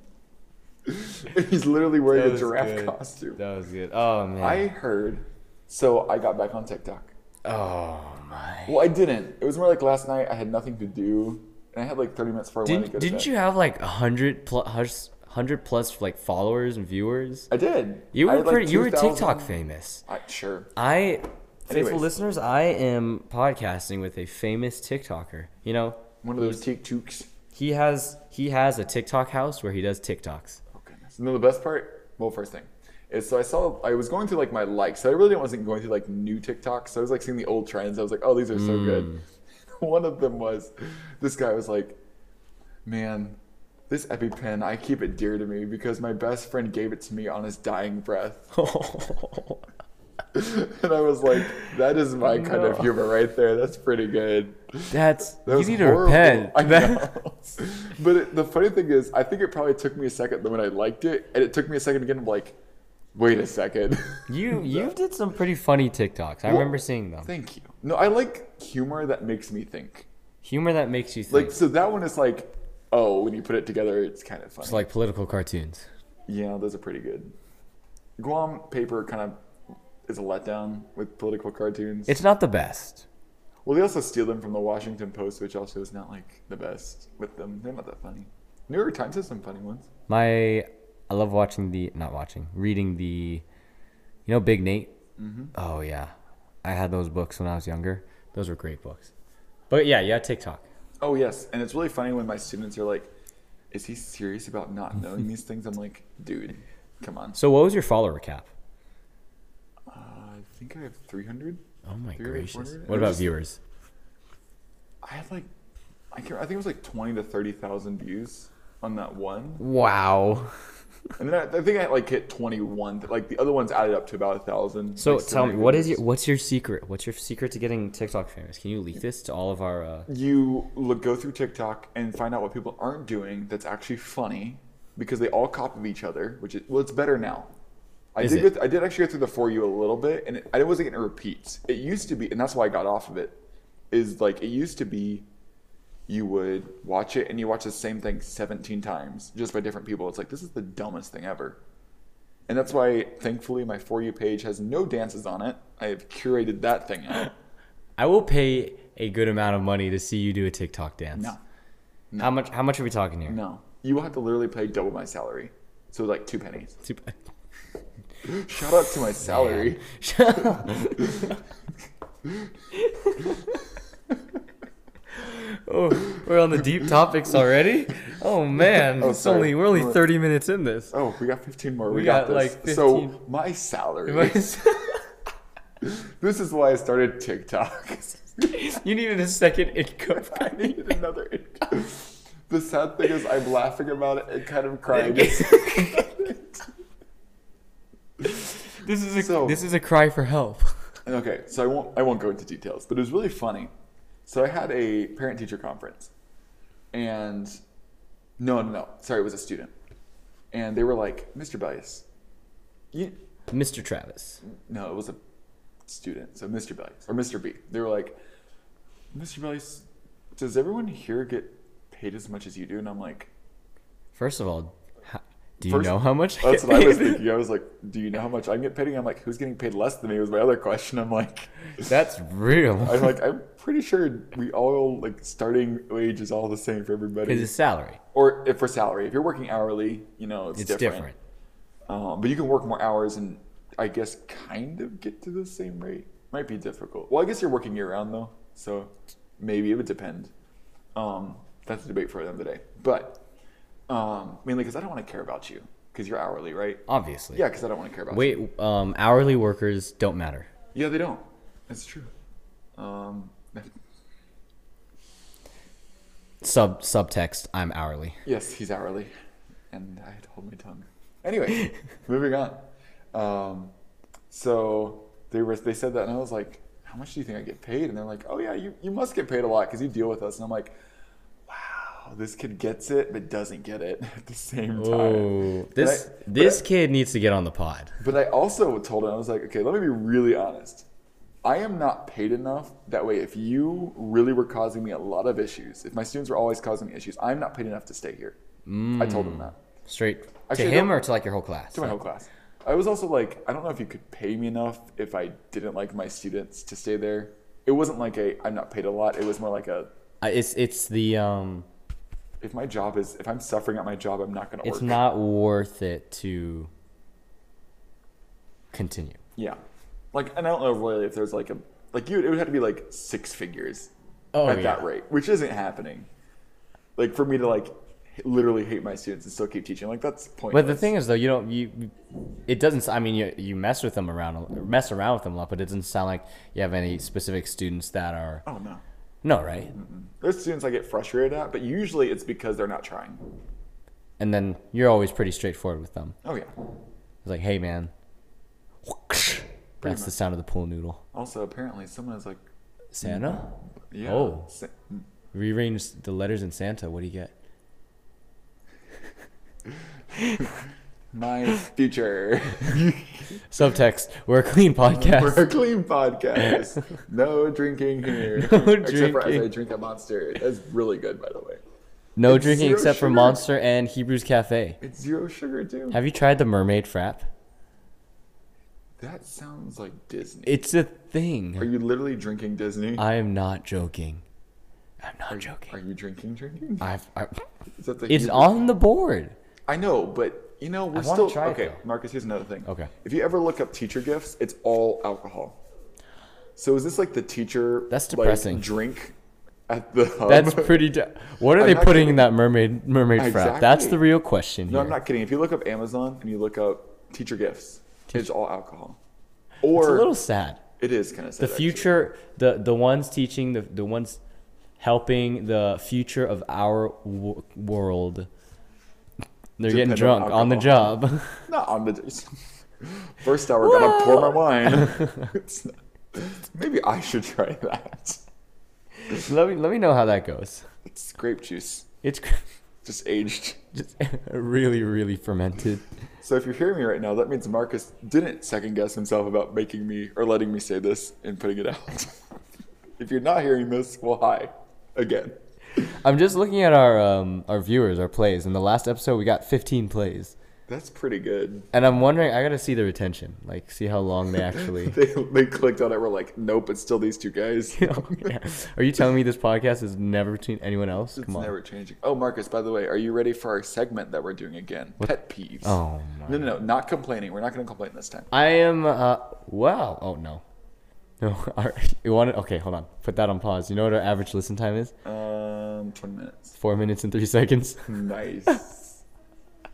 Speaker 2: he's literally wearing a
Speaker 1: was
Speaker 2: giraffe
Speaker 1: good.
Speaker 2: costume.
Speaker 1: That was good. Oh man.
Speaker 2: I heard, so I got back on TikTok.
Speaker 1: oh my.
Speaker 2: Well, I didn't. It was more like last night. I had nothing to do, and I had like 30 minutes for a
Speaker 1: Didn't didn't you have like a hundred plus hundred plus like followers and viewers?
Speaker 2: I did.
Speaker 1: You
Speaker 2: I
Speaker 1: were
Speaker 2: had, like,
Speaker 1: pretty. you were
Speaker 2: 2,000
Speaker 1: TikTok famous.
Speaker 2: I, sure.
Speaker 1: I, faithful
Speaker 2: Anyways.
Speaker 1: listeners, I am podcasting with a famous TikToker. You know,
Speaker 2: One of those TikToks.
Speaker 1: he has he has a TikTok house where he does TikToks.
Speaker 2: Oh goodness. No, the best part. Well, first thing is so I saw I was going through like my likes. So I really wasn't going through like new TikToks. So I was like seeing the old trends. I was like, oh, these are so good.
Speaker 1: Hmm.
Speaker 2: One of them was this guy was like, man, this EpiPen I keep it dear to me because my best friend gave it to me on his dying breath. and I was like, that is my kind of
Speaker 1: No.
Speaker 2: humor right there. That's pretty good.
Speaker 1: That's
Speaker 2: That
Speaker 1: you
Speaker 2: was
Speaker 1: need to
Speaker 2: horrible.
Speaker 1: repent.
Speaker 2: I know.
Speaker 1: That-
Speaker 2: but it, the funny thing is, I think it probably took me a second when I liked it, and it took me a second again. I'm like, wait a second.
Speaker 1: you you did some pretty funny TikToks. I
Speaker 2: Well,
Speaker 1: remember seeing them.
Speaker 2: Thank you. No, I like humor that makes me think.
Speaker 1: Humor that makes you think.
Speaker 2: Like,
Speaker 1: Like,
Speaker 2: so that one is like, oh, when you put it together, it's kind of funny.
Speaker 1: it's like political cartoons.
Speaker 2: yeah, those are pretty good. Guam paper kind of is a letdown with political cartoons.
Speaker 1: It's not the best.
Speaker 2: Well, they also steal them from the Washington Post, which also is not like the best with them. They're not that funny. New York Times has some funny ones.
Speaker 1: My I love watching the not watching reading the, you know, Big Nate. Oh yeah, I had those books when I was younger. Those were great books. But yeah, yeah, TikTok.
Speaker 2: Oh yes, and it's really funny when my students are like, "Is he serious about not knowing these things?" I'm like, "Dude, come on."
Speaker 1: So what was your follower cap?
Speaker 2: Uh, I think I have 300.
Speaker 1: Oh my
Speaker 2: Three or
Speaker 1: gracious.
Speaker 2: four?
Speaker 1: What
Speaker 2: Or
Speaker 1: about
Speaker 2: just-
Speaker 1: viewers?
Speaker 2: I had like, I can't. I think it was like 20 to 30 thousand views on that one,
Speaker 1: Wow.
Speaker 2: and then I, I think I like hit 21. Like the other ones added up to about a thousand.
Speaker 1: So
Speaker 2: like,
Speaker 1: tell me,
Speaker 2: similar
Speaker 1: what is
Speaker 2: views.
Speaker 1: your what's your secret? What's your secret to getting TikTok famous? Can you leak this to all of our? Uh...
Speaker 2: you look go through TikTok and find out what people aren't doing that's actually funny because they all copy each other, which is well, it's better now. I
Speaker 1: Is
Speaker 2: did
Speaker 1: it?
Speaker 2: go th- I did actually go through the for you a little bit, and it, I wasn't getting repeats. It used to be, and that's why I got off of it. Is like it used to be, you would watch it and you watch the same thing seventeen times just by different people. It's like this is the dumbest thing ever. And that's why, thankfully, my For You page has no dances on it. I have curated that thing out.
Speaker 1: I will pay a good amount of money to see you do a TikTok dance.
Speaker 2: No.
Speaker 1: How much? How much are we talking here?
Speaker 2: No. You will have to literally pay double my salary. So like two pennies.
Speaker 1: Super-
Speaker 2: Shout out to my salary.
Speaker 1: oh, we're on the deep topics already. Oh man,
Speaker 2: Oh,
Speaker 1: it's
Speaker 2: sorry.
Speaker 1: only we're only
Speaker 2: We're-
Speaker 1: thirty minutes in this.
Speaker 2: Oh, we got 15 more. We,
Speaker 1: got,
Speaker 2: got, this.
Speaker 1: like,
Speaker 2: So
Speaker 1: 15.
Speaker 2: my salary. this is why I started TikTok.
Speaker 1: you needed a second income.
Speaker 2: I needed another income. The sad thing is I'm laughing about it and kind of crying. It's-
Speaker 1: This is a
Speaker 2: So-
Speaker 1: this is a cry for help.
Speaker 2: okay, so I won't I won't go into details, but it was really funny. So I had a parent teacher conference, and no, no, no. Sorry, it was a student, and they were like, "Mr. Bice, you
Speaker 1: Mr. Travis.
Speaker 2: no, it was a student. So Mr. Bellies or Mr. B. They were like, Mr. Bellies, does everyone here get paid as much as you do? And I'm like,
Speaker 1: First of all, ho- do you
Speaker 2: First-
Speaker 1: know how much? get
Speaker 2: that's what I was
Speaker 1: paid?
Speaker 2: thinking. I was like, do you know how much I get paid? And I'm like, who's getting paid less than me? Was my other question. I'm like,
Speaker 1: That's real.
Speaker 2: I'm like, I'm pretty sure we all like starting wage is all the same for
Speaker 1: Because
Speaker 2: everybody.
Speaker 1: it's salary.
Speaker 2: Or if for salary, if you're working hourly, you know it's,
Speaker 1: It's
Speaker 2: different.
Speaker 1: different.
Speaker 2: Um, but you can work more hours and I guess kind of get to the same rate. Might be difficult. Well, I guess you're working year round though, so maybe it would depend. Um, that's a debate for them today. But um, mainly because I don't want to care about you because you're hourly, right?
Speaker 1: Obviously.
Speaker 2: Yeah, because I don't want to care about you.
Speaker 1: Wait, um, hourly workers don't matter.
Speaker 2: Yeah, they don't. That's true. Um,
Speaker 1: Sub subtext. I'm hourly.
Speaker 2: yes, he's hourly, and I had to hold my tongue. Anyway, moving on. Um, so they were they said that, and I was like, "How much do you think I get paid?" And they're like, "Oh yeah, you, you must get paid a lot because you deal with us." And I'm like, "Wow, this kid gets it, but doesn't get it at the same time."
Speaker 1: Oh,
Speaker 2: But
Speaker 1: this
Speaker 2: I- but
Speaker 1: this
Speaker 2: I-
Speaker 1: kid needs to get on the pod.
Speaker 2: But I also told him, I was like, okay, let me be really honest. I am not paid enough. That way, if you really were causing me a lot of issues, if my students were always causing me issues, I'm not paid enough to stay here. I told him that
Speaker 1: Straight
Speaker 2: Actually, I
Speaker 1: to him
Speaker 2: don't-
Speaker 1: or to like your whole class.
Speaker 2: to my whole class. I was also like, I don't know if you could pay me enough if I didn't like my students to stay there. It wasn't like a, I'm not paid a lot. It was more like a,
Speaker 1: I- it's it's the um.
Speaker 2: if my job is, if I'm suffering at my job, I'm not going to work.
Speaker 1: It's not worth it to continue.
Speaker 2: Yeah. Like, and I don't know really if there's like a, like you, it would have to be like six figures
Speaker 1: Oh,
Speaker 2: at that
Speaker 1: yeah.
Speaker 2: rate, which isn't happening. Like for me to like h- literally hate my students and still keep teaching, like that's pointless.
Speaker 1: But the thing is, though, you don't you, you- it doesn't. s- I mean, you you mess with them around, a- mess around with them a lot, but it doesn't sound like you have any specific students that are.
Speaker 2: oh no,
Speaker 1: No, right?
Speaker 2: there's students I get frustrated at, but usually it's because they're not trying.
Speaker 1: And then you're always pretty straightforward with them.
Speaker 2: Oh yeah.
Speaker 1: It's like, hey, man, that's the sound of the pool noodle.
Speaker 2: Also, apparently someone is like,
Speaker 1: Santa,
Speaker 2: yeah.
Speaker 1: Oh.
Speaker 2: sa-
Speaker 1: rearrange the letters in Santa. What do you get?
Speaker 2: My future.
Speaker 1: Subtext: We're a clean podcast.
Speaker 2: We're a clean podcast. No drinking here.
Speaker 1: No
Speaker 2: Except for as I
Speaker 1: drinking.
Speaker 2: drink a monster. That's really good, by the way.
Speaker 1: no
Speaker 2: It's
Speaker 1: drinking
Speaker 2: zero
Speaker 1: except for
Speaker 2: sugar.
Speaker 1: Monster and Hebrews Cafe.
Speaker 2: It's zero sugar too.
Speaker 1: Have you tried the Mermaid Frap?
Speaker 2: That sounds like Disney.
Speaker 1: It's a
Speaker 2: Are
Speaker 1: thing.
Speaker 2: you literally drinking Disney?
Speaker 1: I am not joking. I'm not
Speaker 2: Are
Speaker 1: joking.
Speaker 2: you drinking drinking?
Speaker 1: I've, I,
Speaker 2: Is that the
Speaker 1: it's
Speaker 2: Hebrew-
Speaker 1: on the board.
Speaker 2: I know, but you know, we're
Speaker 1: wanna
Speaker 2: still
Speaker 1: try it,
Speaker 2: okay.
Speaker 1: though.
Speaker 2: Marcus, here's another thing.
Speaker 1: Okay.
Speaker 2: If you ever look up teacher gifts, it's all alcohol. So is this like the teacher?
Speaker 1: That's
Speaker 2: like,
Speaker 1: depressing.
Speaker 2: drink at the hub.
Speaker 1: That's pretty. d what are
Speaker 2: I'm
Speaker 1: they
Speaker 2: not
Speaker 1: putting
Speaker 2: kidding.
Speaker 1: in that mermaid mermaid frap? That's
Speaker 2: Exactly.
Speaker 1: the real question.
Speaker 2: no,
Speaker 1: here.
Speaker 2: I'm not kidding. If you look up Amazon and you look up teacher gifts, it's all alcohol. Or
Speaker 1: It's a little sad.
Speaker 2: it is kind of
Speaker 1: The future, the the ones teaching, the the ones helping the future of our w- world. They're
Speaker 2: Depend
Speaker 1: getting
Speaker 2: on
Speaker 1: drunk on the
Speaker 2: alcohol.
Speaker 1: job.
Speaker 2: Not on the first hour. Gotta pour my wine. It's not- Maybe I should try that.
Speaker 1: let me let me know how that goes.
Speaker 2: It's grape juice,
Speaker 1: It's
Speaker 2: just aged.
Speaker 1: just really really fermented.
Speaker 2: So if you're hearing me right now, that means Marcus didn't second guess himself about making me or letting me say this and putting it out. if you're not hearing this, well, hi again.
Speaker 1: I'm just looking at our um, our viewers, our plays. In the last episode, we got 15 plays,
Speaker 2: That's pretty good.
Speaker 1: and I'm wondering. I gotta see the retention, like see how long they actually.
Speaker 2: They, they clicked on it. We're like, nope, it's still these two guys.
Speaker 1: Oh, yeah. Are you telling me this podcast is never between anyone else?
Speaker 2: It's
Speaker 1: Come on.
Speaker 2: never changing. Oh, Marcus, by the way, are you ready for our segment that we're doing again? Pet peeves.
Speaker 1: Oh my.
Speaker 2: No, no, no, not complaining. We're not going to complain this time.
Speaker 1: I am. Uh, wow. Oh no. No. all right. You want it? Okay, hold on. Put that on pause. You know what our average listen time is?
Speaker 2: Um, 20 minutes.
Speaker 1: Four minutes and three seconds.
Speaker 2: Nice.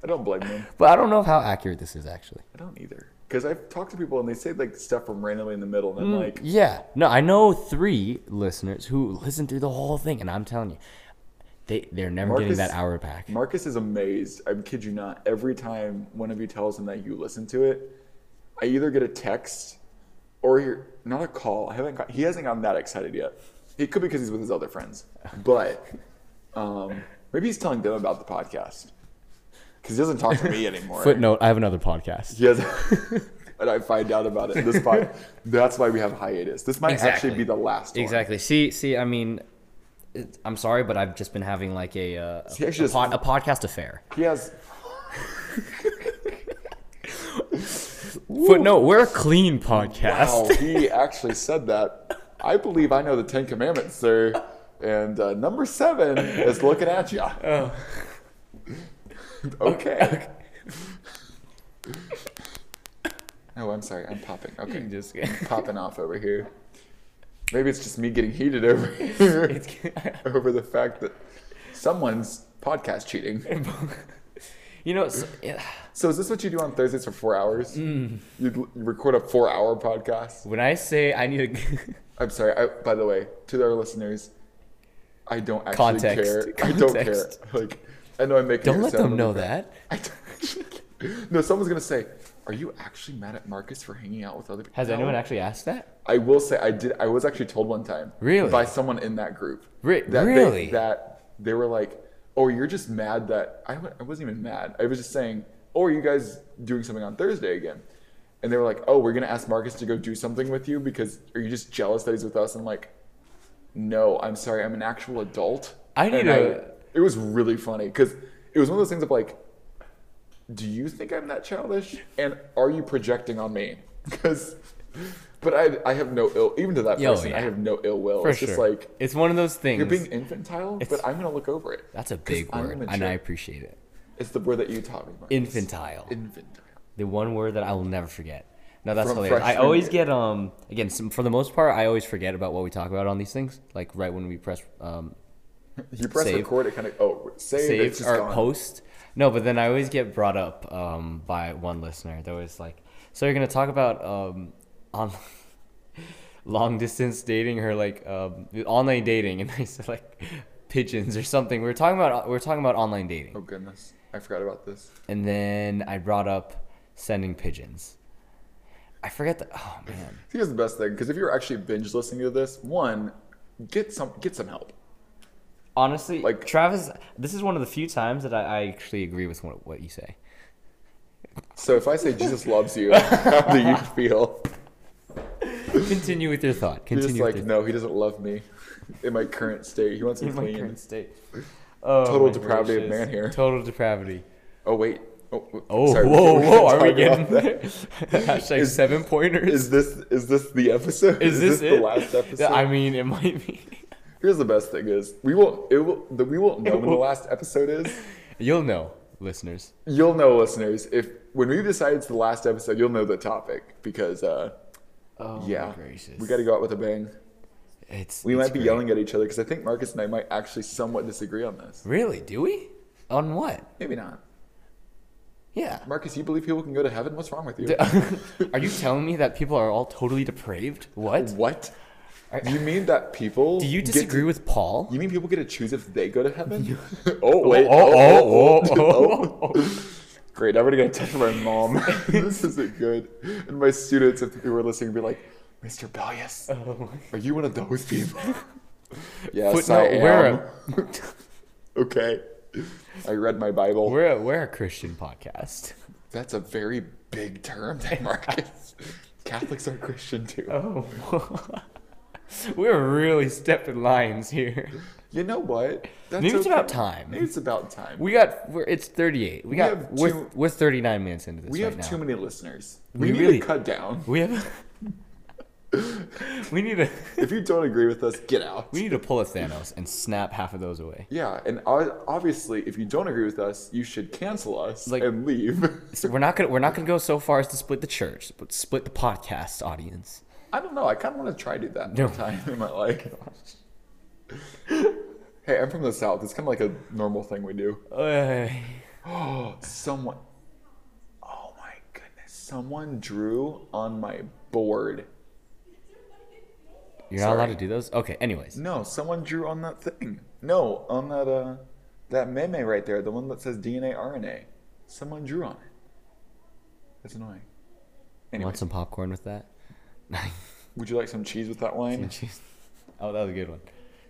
Speaker 2: I don't blame them.
Speaker 1: But I don't know how accurate this is actually.
Speaker 2: I don't either. Because I've talked to people and they say like stuff from randomly in the middle, and
Speaker 1: Mm,
Speaker 2: I'm like,
Speaker 1: Yeah. No, I know three listeners who listen through the whole thing, and I'm telling you, they they're never getting
Speaker 2: Marcus-
Speaker 1: that hour back.
Speaker 2: Marcus is amazed. I kid you not. Every time one of you tells him that you listen to it, I either get a text or you're, not a call. I haven't got, he hasn't gotten that excited yet. He could be because he's with his other friends, but um, maybe he's telling them about the podcast because he doesn't talk to me anymore.
Speaker 3: Footnote: I have another podcast.
Speaker 2: Yes. and I find out about it. This pod, that's why we have hiatus. This might actually
Speaker 1: Exactly.
Speaker 2: be the last one.
Speaker 1: Exactly. See, see, I mean, it- I'm sorry, but I've just been having like a uh,
Speaker 2: See,
Speaker 1: a,
Speaker 2: actually,
Speaker 1: a
Speaker 2: this-
Speaker 1: pod, a podcast affair.
Speaker 2: He has
Speaker 3: Footnote: We're a clean podcast.
Speaker 2: Wow, Oh, he actually said that. I believe I know the Ten Commandments, sir. And uh, number seven is looking at you. okay. oh, I'm sorry. I'm popping. Okay.
Speaker 3: Just-
Speaker 2: I'm popping off over here. Maybe it's just me getting heated over here over the fact that someone's podcast cheating.
Speaker 3: you know, so, yeah,
Speaker 2: So is this what you do on Thursdays for four hours? You you record a four-hour podcast.
Speaker 3: when I say I need to,
Speaker 2: I'm sorry. I, by the way, to our listeners, I don't actually
Speaker 3: Context.
Speaker 2: care. I don't care.
Speaker 3: Context.
Speaker 2: Like, I know I'm making.
Speaker 3: don't
Speaker 2: it
Speaker 3: let
Speaker 2: sound
Speaker 3: them
Speaker 2: really
Speaker 3: know
Speaker 2: bad.
Speaker 3: that.
Speaker 2: I don't actually care. no, someone's gonna say, "Are you actually mad at Marcus for hanging out with other people?"
Speaker 3: Has
Speaker 2: No.
Speaker 3: anyone actually asked that?
Speaker 2: I will say I did. I was actually told one time,
Speaker 3: Really?
Speaker 2: by someone in that group,
Speaker 3: Re-
Speaker 2: that they-
Speaker 3: really?
Speaker 2: that they were like, "Oh, you're just mad that I, wa- I wasn't even mad. I was just saying, oh, are you guys doing something on Thursday again?" And they were like, "Oh, we're gonna ask Marcus to go do something with you because are you just jealous that he's with us?" I'm like, "No, I'm sorry. I'm an actual adult."
Speaker 3: I need
Speaker 2: And
Speaker 3: a-
Speaker 2: It was really funny because it was one of those things of like, do you think I'm that childish? And are you projecting on me? Because, but I, I have no ill, even to that
Speaker 3: Yo,
Speaker 2: person, I
Speaker 3: yeah.
Speaker 2: have no ill will.
Speaker 3: For
Speaker 2: it's
Speaker 3: sure.
Speaker 2: just like,
Speaker 3: it's one of those things.
Speaker 2: you're being infantile, but I'm going to look over it.
Speaker 1: That's a big
Speaker 2: I'm
Speaker 1: word, and
Speaker 2: immature.
Speaker 1: I appreciate it.
Speaker 2: It's the word that you taught me. Marcus.
Speaker 1: Infantile.
Speaker 2: Infantile.
Speaker 1: the one word that I will never forget. No, that's
Speaker 2: From
Speaker 1: hilarious. I
Speaker 2: freshman
Speaker 1: always
Speaker 2: year.
Speaker 1: get um again some, for the most part I always forget about what we talk about on these things. Like right when we press um
Speaker 2: You press
Speaker 1: Save.
Speaker 2: record, it kind of, oh, save, it's
Speaker 1: save
Speaker 2: just
Speaker 1: or
Speaker 2: gone.
Speaker 1: post. No, but then I always get brought up um by one listener. That was like, so you're gonna talk about um on long distance dating or like um online dating, and I said like pigeons or something. We were talking about we were talking about online dating.
Speaker 2: Oh, goodness. I forgot about this.
Speaker 1: and then I brought up sending pigeons. I forget the oh man.
Speaker 2: I think that's the best thing because if you're actually binge listening to this, one, get some get some help.
Speaker 1: Honestly,
Speaker 2: Like-
Speaker 1: like Travis, this is one of the few times that I, I actually agree with what, what you say.
Speaker 2: So if I say Jesus loves you, how do you feel?
Speaker 1: Continue with your thought.
Speaker 2: You're just
Speaker 1: Continue with
Speaker 2: like,
Speaker 1: your
Speaker 2: no, he doesn't love me in my current state. He wants me
Speaker 1: my
Speaker 2: clean.
Speaker 1: current state. Oh,
Speaker 2: Total
Speaker 1: my
Speaker 2: depravity of
Speaker 1: gracious.
Speaker 2: man here.
Speaker 1: Total depravity.
Speaker 2: Oh wait. Oh, w-
Speaker 1: Oh,
Speaker 2: sorry,
Speaker 1: whoa, whoa!
Speaker 2: we're gonna
Speaker 1: Are we
Speaker 2: talk about
Speaker 1: getting
Speaker 2: that.
Speaker 1: hashtag
Speaker 2: Is-
Speaker 1: seven pointers?
Speaker 2: Is this is this the episode?
Speaker 1: Is, this,
Speaker 2: the
Speaker 1: it?
Speaker 2: last episode?
Speaker 1: I mean, it might be.
Speaker 2: Here's the best thing is we won't it will the, we won't know when the
Speaker 1: will-
Speaker 2: last episode is.
Speaker 1: You'll know, listeners.
Speaker 2: You'll know, listeners, if when we decide it's the last episode, you'll know the topic because uh,
Speaker 1: Oh,
Speaker 2: yeah,
Speaker 1: my gracious.
Speaker 2: we got to go out with a bang.
Speaker 1: It's
Speaker 2: We
Speaker 1: it's
Speaker 2: might be
Speaker 1: great.
Speaker 2: yelling at each other because I think Marcus and I might actually somewhat disagree on this.
Speaker 1: Really? Do we? On what?
Speaker 2: Maybe not.
Speaker 1: Yeah.
Speaker 2: Marcus, you believe people can go to heaven? What's wrong with you?
Speaker 1: are you telling me that people are all totally depraved? What?
Speaker 2: What?
Speaker 1: Are-
Speaker 2: You mean that people?
Speaker 1: Do you
Speaker 2: get
Speaker 1: disagree with Paul?
Speaker 2: To, you mean people get to choose if they go to heaven? oh
Speaker 1: oh,
Speaker 2: wait!
Speaker 1: oh, oh,
Speaker 2: oh,
Speaker 1: oh,
Speaker 2: oh. Great! I'm already gonna text my mom. this isn't good. And my students, if they were listening, would be like, "Mr. Bellius,
Speaker 1: Oh
Speaker 2: are you one of those people?" yes, I
Speaker 1: Footnote,
Speaker 2: am.
Speaker 1: we're
Speaker 2: okay. I read my Bible.
Speaker 1: We're a, we're a Christian podcast.
Speaker 2: That's a very big term, there, Marcus. Catholics are Christian too.
Speaker 1: Oh. we're really stepping lines here.
Speaker 2: You know what? That's
Speaker 1: Maybe it's about time.
Speaker 2: Maybe it's about time.
Speaker 1: We got we're, it's 38. We,
Speaker 2: have
Speaker 1: got we're,
Speaker 2: too-
Speaker 1: we're 39 minutes into this
Speaker 2: We
Speaker 1: right
Speaker 2: have
Speaker 1: now.
Speaker 2: too many listeners. We,
Speaker 1: We
Speaker 2: need
Speaker 1: really-
Speaker 2: to cut down.
Speaker 1: we have We need to
Speaker 2: If you don't agree with us, get out.
Speaker 1: we need to pull a Thanos and snap half of those away.
Speaker 2: yeah, and o- obviously, if you don't agree with us, you should cancel us
Speaker 1: Like-
Speaker 2: and leave.
Speaker 1: So we're not gonna we're not gonna go so far as to split the church, but split the podcast audience.
Speaker 2: I don't know. I kind of want to try to do that
Speaker 1: No.
Speaker 2: one time in my life. hey, I'm from the south. It's kind of like a normal thing we do.
Speaker 1: Uh,
Speaker 2: Oh, someone. Oh my goodness! Someone drew on my board.
Speaker 1: you're not allowed
Speaker 2: Sorry.
Speaker 1: to do those. Okay. Anyways.
Speaker 2: No, someone drew on that thing. No, on that uh, that meme right there, the one that says DNA RNA. Someone drew on it. That's annoying.
Speaker 1: You
Speaker 2: Anyway,
Speaker 1: Want some popcorn with that?
Speaker 2: would you like some cheese with that wine?
Speaker 1: Jeez. Oh, that was a good one.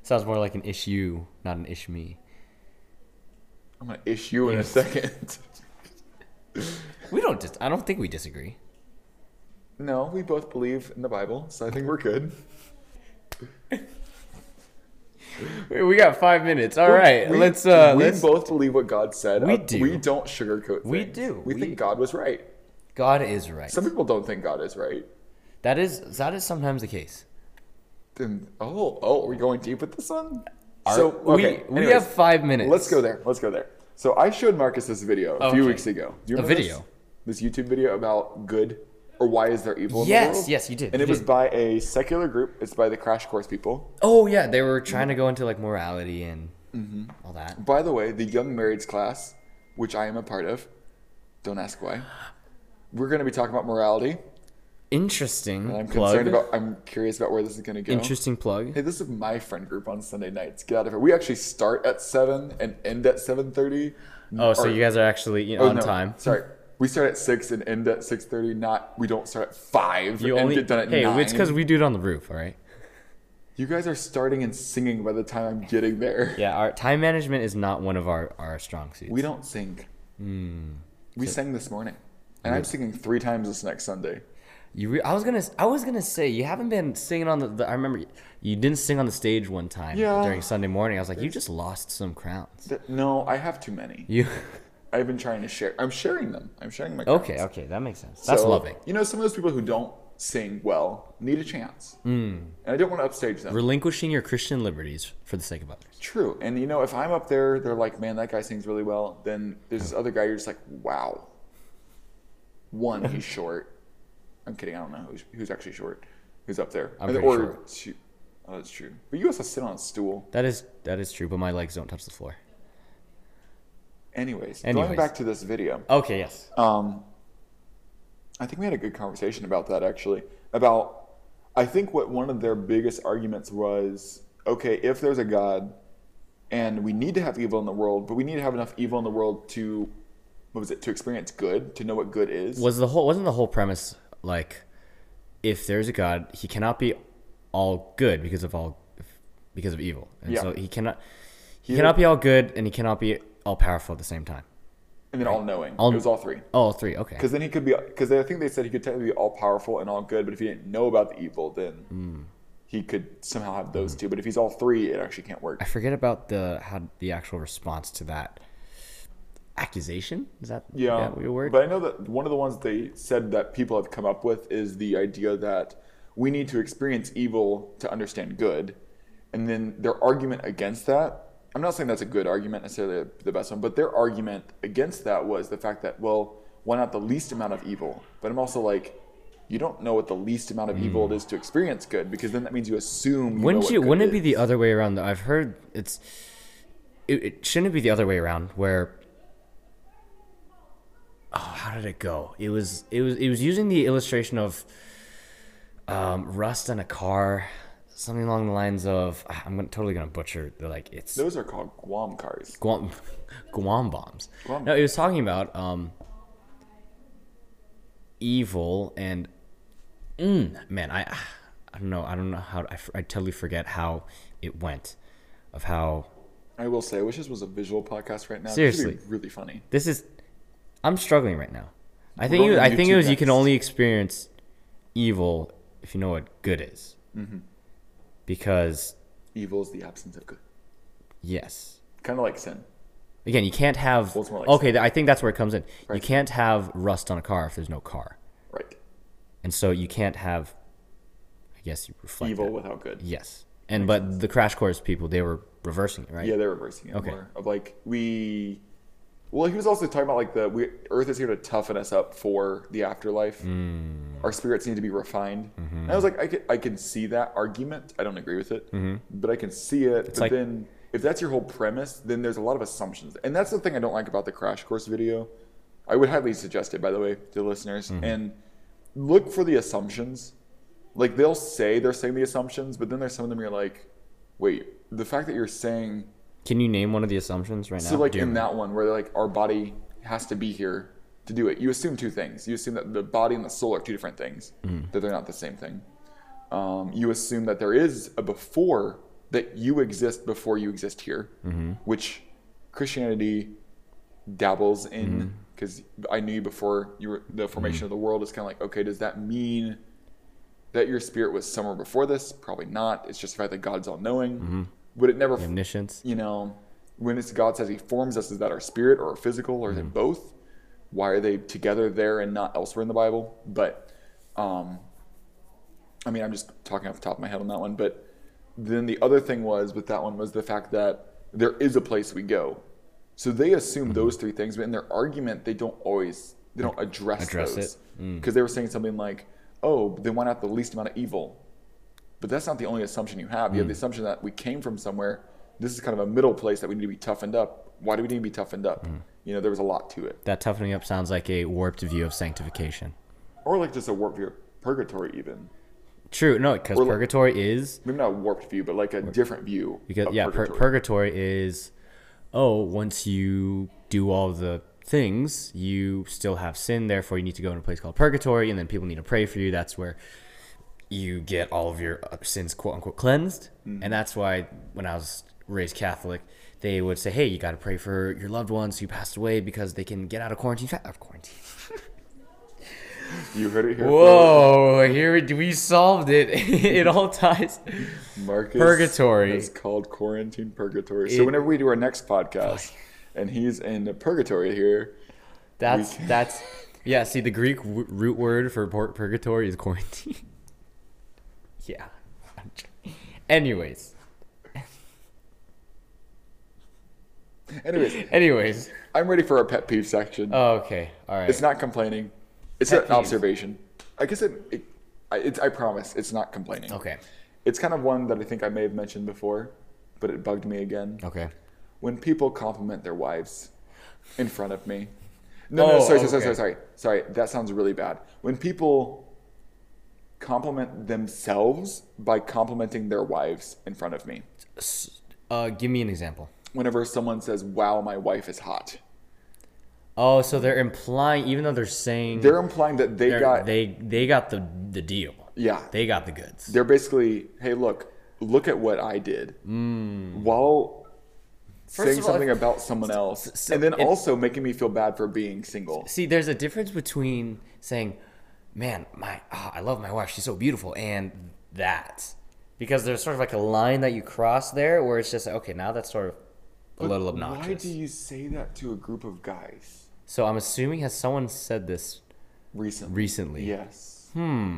Speaker 1: Sounds more like an ish you, not an ish me.
Speaker 2: I'm gonna ish you in a second.
Speaker 1: We don't. Dis- I don't think we disagree.
Speaker 2: No, we both believe in the Bible, so I think we're good.
Speaker 1: We- We got five minutes. All right,
Speaker 2: We-
Speaker 1: let's. Uh,
Speaker 2: we
Speaker 1: let's.
Speaker 2: both believe what God said.
Speaker 1: We
Speaker 2: Uh,
Speaker 1: do.
Speaker 2: We don't sugarcoat.
Speaker 1: We
Speaker 2: things.
Speaker 1: do.
Speaker 2: We,
Speaker 1: We-
Speaker 2: think God was right.
Speaker 1: God is right.
Speaker 2: Some people don't think God is right.
Speaker 1: That is that is sometimes the case.
Speaker 2: Then oh oh, are we going deep with this one?
Speaker 1: Our-
Speaker 2: so
Speaker 1: we
Speaker 2: okay,
Speaker 1: we
Speaker 2: anyways,
Speaker 1: have five minutes.
Speaker 2: Let's go there. Let's go there. So I showed Marcus this video a few
Speaker 1: Okay.
Speaker 2: weeks ago. Do you
Speaker 1: A
Speaker 2: remember
Speaker 1: video?
Speaker 2: This? this YouTube video about good or why is there evil? in
Speaker 1: Yes,
Speaker 2: the world?
Speaker 1: yes, you did,
Speaker 2: And
Speaker 1: you
Speaker 2: it was
Speaker 1: did.
Speaker 2: by a secular group. It's by the Crash Course people.
Speaker 1: Oh yeah, they were trying to go into like morality and all that.
Speaker 2: By the way, the young marrieds class, which I am a part of, don't ask why. We're going to be talking about morality.
Speaker 1: Interesting.
Speaker 2: And I'm
Speaker 1: plug.
Speaker 2: concerned about. I'm curious about where this is going to go.
Speaker 1: Interesting plug.
Speaker 2: Hey, this is my friend group on Sunday nights. Get out of here. We actually start at seven and end at seven thirty.
Speaker 1: Oh, so you guys are actually
Speaker 2: Oh,
Speaker 1: you know, on time.
Speaker 2: Sorry, we start at six and end at six thirty. Not we don't start at five.
Speaker 1: You
Speaker 2: and
Speaker 1: only
Speaker 2: get done at
Speaker 1: hey,
Speaker 2: nine.
Speaker 1: it's because we do it on the roof. All right.
Speaker 2: you guys are starting and singing by the time I'm getting there.
Speaker 1: Yeah, our time management is not one of our our strong suits.
Speaker 2: We don't sing.
Speaker 1: Hmm.
Speaker 2: We sang this morning, and I'm singing three times this next Sunday.
Speaker 1: You re- I was gonna I was gonna say you haven't been singing on the, the I remember you, you didn't sing on the stage one time
Speaker 2: Yeah.
Speaker 1: during Sunday morning. I was like, you just lost some crowns.
Speaker 2: Th- No, I have too many.
Speaker 1: You
Speaker 2: I've been trying to share. I'm sharing them. I'm sharing my.
Speaker 1: okay?
Speaker 2: crowns.
Speaker 1: Okay, that makes sense. That's
Speaker 2: So,
Speaker 1: loving.
Speaker 2: You know, some of those people who don't sing well need a chance.
Speaker 1: Hmm.
Speaker 2: And I don't want to upstage them.
Speaker 1: Relinquishing your Christian liberties for the sake of others.
Speaker 2: True. And you know, if I'm up there, they're like, man, that guy sings really well. Then there's this other guy, you're just like, wow. One, he's short. I'm kidding. I don't know who's, who's actually short, who's up there.
Speaker 1: I'm
Speaker 2: And-
Speaker 1: pretty
Speaker 2: or
Speaker 1: short.
Speaker 2: two- oh, that's true. But you also sit on a stool.
Speaker 1: That is that is true, but my legs don't touch the floor.
Speaker 2: Anyways,
Speaker 1: Anyways.
Speaker 2: going back to this video,
Speaker 1: Okay, yes.
Speaker 2: um, I think we had a good conversation about that actually. About, I think what one of their biggest arguments was okay, if there's a God and we need to have evil in the world, but we need to have enough evil in the world to, what was it, to experience good, to know what good is.
Speaker 1: Was the whole wasn't the whole premise like if there's a God, he cannot be all good because of all because of evil. And
Speaker 2: Yeah.
Speaker 1: so he cannot he
Speaker 2: He-
Speaker 1: cannot be all good and he cannot be all powerful at the same time.
Speaker 2: and then all knowing.
Speaker 1: All-
Speaker 2: it was all three.
Speaker 1: Oh, three. Okay.
Speaker 2: Because then he could be, because I think they said he could technically be all powerful and all good, but if he didn't know about the evil, then he could somehow have those two. But if he's all three, it actually can't work.
Speaker 1: I forget about the how the actual response to that accusation is that
Speaker 2: Yeah,
Speaker 1: that your word
Speaker 2: but I know that one of the ones they said that people have come up with is the idea that we need to experience evil to understand good, and then their argument against that. I'm not saying that's a good argument necessarily, the best one, but their argument against that was the fact that well, why not the least amount of evil? But I'm also like, you don't know what the least amount of evil it is to experience good, because then that means you assume. You know
Speaker 1: Mm. wouldn't
Speaker 2: what
Speaker 1: you
Speaker 2: good
Speaker 1: wouldn't it be
Speaker 2: is.
Speaker 1: the other way around though? I've heard it's it, it shouldn't be the other way around where oh how did it go it was it was it was using the illustration of um, rust on a car something along the lines of I'm gonna, totally gonna butcher the like it's
Speaker 2: Those are called Guam cars.
Speaker 1: Guam, Guam bombs.
Speaker 2: Guam
Speaker 1: No, he was talking about um, evil and mm, man, I I don't know, I don't know how I, f- I totally forget how it went, of how
Speaker 2: I will say, I wish this was a visual podcast right now. This would be
Speaker 1: Seriously.
Speaker 2: really funny.
Speaker 1: this is. I'm struggling right now. I think
Speaker 2: going
Speaker 1: it,
Speaker 2: on
Speaker 1: I think it
Speaker 2: YouTube
Speaker 1: was you can
Speaker 2: next.
Speaker 1: only experience evil if you know what good is,
Speaker 2: Mm-hmm.
Speaker 1: because
Speaker 2: Evil is the absence of good.
Speaker 1: yes,
Speaker 2: Kind of like sin.
Speaker 1: Again, you can't have.
Speaker 2: Well, it's more like
Speaker 1: okay, th- I think that's where it comes in. You
Speaker 2: Right.
Speaker 1: can't have rust on a car if there's no car,
Speaker 2: Right.
Speaker 1: and so you can't have. I guess you reflect.
Speaker 2: Evil
Speaker 1: that.
Speaker 2: without good.
Speaker 1: Yes, and but the crash course people they were reversing it, right?
Speaker 2: Yeah, they're reversing it
Speaker 1: Okay.
Speaker 2: more. Of like we Well, he was also talking about like the we Earth is here to toughen us up for the afterlife.
Speaker 1: Mm.
Speaker 2: Our spirits need to be refined.
Speaker 1: Mm-hmm.
Speaker 2: And I was like, I can, I can see that argument. I don't agree with it, but I can see it. but
Speaker 1: Mm-hmm. like-
Speaker 2: then, if that's your whole premise, then there's a lot of assumptions, and that's the thing I don't like about the crash course video. I would highly suggest it, by the way, to the listeners,
Speaker 1: Mm-hmm.
Speaker 2: and look for the assumptions. Like they'll say they're saying the assumptions, but then there's some of them you're like, wait, the fact that you're saying
Speaker 1: Can you name one of the assumptions right now?
Speaker 2: so like
Speaker 1: Do you
Speaker 2: in
Speaker 1: remember?
Speaker 2: that one where like our body has to be here to
Speaker 1: Mm.
Speaker 2: do it, you assume two things. You assume that the body and the soul are two different things, that they're not the same thing. um, you assume that there is a before that you exist before you exist here,
Speaker 1: Mm-hmm.
Speaker 2: which Christianity dabbles
Speaker 1: Mm-hmm.
Speaker 2: in because I knew you before you were the formation of the world. It's kind of like, okay, does that mean that your spirit was somewhere before this? Probably not. It's just the fact that God's all knowing.
Speaker 1: Mm-hmm.
Speaker 2: Would it never
Speaker 1: Omniscience.
Speaker 2: you know, when it's God says He forms us, is that our spirit or our physical or is it both? Why are they together there and not elsewhere in the Bible? But, um, I mean, I'm just talking off the top of my head on that one. But then the other thing was with that one was the fact that there is a place we go. So they assume
Speaker 1: Mm-hmm.
Speaker 2: those three things, but in their argument, they don't always they don't address,
Speaker 1: Address
Speaker 2: those
Speaker 1: it. Mm.
Speaker 2: because they were saying something like, "Oh, then why not the least amount of evil?" But that's not the only assumption you have.
Speaker 1: Mm.
Speaker 2: You have the assumption that we came from somewhere. This is kind of a middle place that we need to be toughened up. Why do we need to be toughened up?
Speaker 1: Mm.
Speaker 2: You know, there was a lot to it.
Speaker 1: That toughening up sounds like a warped view of sanctification.
Speaker 2: Or like just a warped view of purgatory, even.
Speaker 1: True. No, because
Speaker 2: like-
Speaker 1: purgatory is
Speaker 2: Maybe not a warped view, but like a different view.
Speaker 1: because
Speaker 2: of
Speaker 1: yeah, purgatory. Per- purgatory is oh, once you do all the things, you still have sin. Therefore, you need to go in a place called purgatory, and then people need to pray for you. That's where you get all of your uh, sins quote unquote cleansed. And that's why when I was raised Catholic, they would say, "Hey, you got to pray for your loved ones who passed away because they can get out of quarantine." Out of quarantine.
Speaker 2: you heard it here.
Speaker 1: Whoa! Here it- we solved it. it all ties.
Speaker 2: first. Marcus
Speaker 1: Purgatory.
Speaker 2: It's called quarantine purgatory.
Speaker 1: It-
Speaker 2: so whenever we do our next podcast, and he's in the purgatory here,
Speaker 1: That's
Speaker 2: We-
Speaker 1: that's yeah. See, the Greek w- root word for pur- purgatory is quarantine. yeah. I'm joking. Anyways,
Speaker 2: anyways,
Speaker 1: anyways.
Speaker 2: I'm ready for our pet peeve section.
Speaker 1: Oh, okay. All right.
Speaker 2: It's not complaining. It's
Speaker 1: Pet
Speaker 2: an
Speaker 1: peeve.
Speaker 2: observation. I guess it. it I, it's, I promise, it's not complaining.
Speaker 1: okay.
Speaker 2: It's kind of one that I think I may have mentioned before, but it bugged me again.
Speaker 1: Okay.
Speaker 2: When people compliment their wives in front of me. No, no,
Speaker 1: Oh,
Speaker 2: sorry, sorry, sorry,
Speaker 1: okay.
Speaker 2: sorry, sorry. Sorry, that sounds really bad. When people compliment themselves by complimenting their wives in front of me.
Speaker 1: S- Uh, give me an example.
Speaker 2: Whenever someone says, "Wow, my wife is hot,"
Speaker 1: Oh, so they're implying, even though they're saying
Speaker 2: they're implying that they
Speaker 1: they're-
Speaker 2: got
Speaker 1: they they got the the deal.
Speaker 2: yeah,
Speaker 1: They got the goods.
Speaker 2: they're basically, hey, look, look at what I did.
Speaker 1: Hmm.
Speaker 2: While saying
Speaker 1: of all,
Speaker 2: something about someone else.
Speaker 1: so
Speaker 2: and then
Speaker 1: it-
Speaker 2: also making me feel bad for being single.
Speaker 1: See, there's a difference between saying, "Man, my ah, I love my wife; she's so beautiful," and that, because there's sort of like a line that you cross there, where it's just like, okay, now that's sort of a little
Speaker 2: Why
Speaker 1: obnoxious.
Speaker 2: do you say that to a group of guys
Speaker 1: so I'm assuming has someone said this
Speaker 2: recently?
Speaker 1: recently?
Speaker 2: Yes.
Speaker 1: Hmm.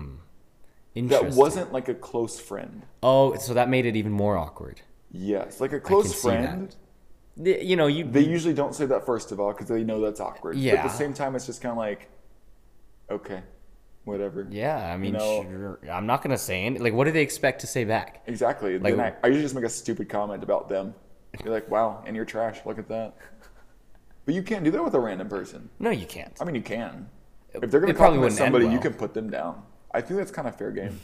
Speaker 1: Interesting.
Speaker 2: That wasn't like a close friend.
Speaker 1: Oh, so that made it even more awkward.
Speaker 2: Yes, like a
Speaker 1: I
Speaker 2: close
Speaker 1: can see that.
Speaker 2: friend.
Speaker 1: Y- You know, you
Speaker 2: They usually don't say that first of all because they know that's awkward. But at
Speaker 1: Yeah.
Speaker 2: the same time, it's just kind of like, okay, whatever.
Speaker 1: yeah. I mean,
Speaker 2: know-
Speaker 1: sure, I'm not gonna say anything. Like, what do they expect to say back?
Speaker 2: Exactly.
Speaker 1: Like-
Speaker 2: then I, I usually just make a stupid comment about them. You're like, wow, and you're trash. Look at that. But you can't do that with a random person.
Speaker 1: No, you can't.
Speaker 2: I mean, you can. If they're going
Speaker 1: It
Speaker 2: to
Speaker 1: probably
Speaker 2: compliment
Speaker 1: wouldn't end
Speaker 2: somebody, you
Speaker 1: well.
Speaker 2: can put them down. I think that's kind of fair game.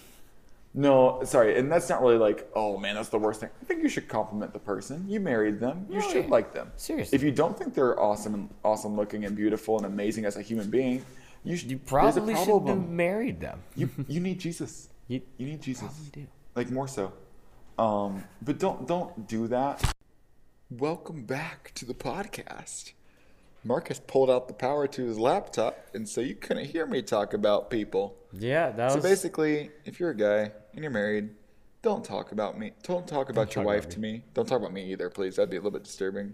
Speaker 2: no, sorry, and that's not really like, oh man, that's the worst thing. I think you should compliment the person. You married them. You
Speaker 1: No,
Speaker 2: should
Speaker 1: yeah.
Speaker 2: like them.
Speaker 1: Seriously.
Speaker 2: If you don't think they're awesome and awesome looking and beautiful and amazing as a human being, you should.
Speaker 1: You
Speaker 2: there's a
Speaker 1: probably should have
Speaker 2: problem.
Speaker 1: married them.
Speaker 2: You you need Jesus.
Speaker 1: You
Speaker 2: You need Jesus
Speaker 1: probably do.
Speaker 2: like more so um but don't don't do that welcome back to the podcast marcus pulled out the power to his laptop and so you couldn't hear me talk about people
Speaker 1: Yeah, that
Speaker 2: so
Speaker 1: was
Speaker 2: basically if you're a guy and you're married don't talk about me don't talk about
Speaker 1: talk
Speaker 2: your
Speaker 1: about
Speaker 2: wife to me don't talk about me either please that'd be a little bit disturbing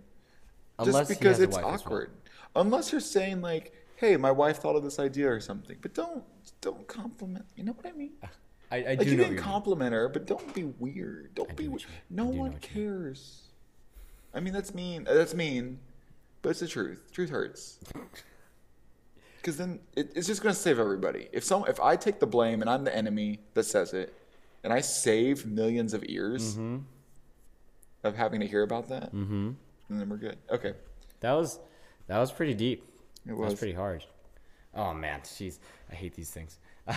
Speaker 1: unless
Speaker 2: just
Speaker 1: he
Speaker 2: because
Speaker 1: has a
Speaker 2: it's
Speaker 1: wife as well.
Speaker 2: awkward. Unless you're saying like, "Hey, my wife thought of this idea or something," but don't don't compliment. You know what I mean?
Speaker 1: I, I
Speaker 2: Like
Speaker 1: do
Speaker 2: you
Speaker 1: know
Speaker 2: can
Speaker 1: what you mean.
Speaker 2: compliment her, but don't be weird. Don't be
Speaker 1: know
Speaker 2: weird.
Speaker 1: what you mean. I
Speaker 2: No
Speaker 1: do know
Speaker 2: one
Speaker 1: what you mean.
Speaker 2: cares. I mean, that's mean. uh, That's mean, but it's the truth. Truth hurts. Because then it, it's just gonna save everybody. If some, if I take the blame and I'm the enemy that says it, and I save millions of ears
Speaker 1: Mm-hmm.
Speaker 2: of having to hear about that, mm-hmm. and then we're good. Okay,
Speaker 1: That was that was pretty deep.
Speaker 2: it
Speaker 1: That was
Speaker 2: was.
Speaker 1: pretty hard. Oh man, jeez, I hate these things.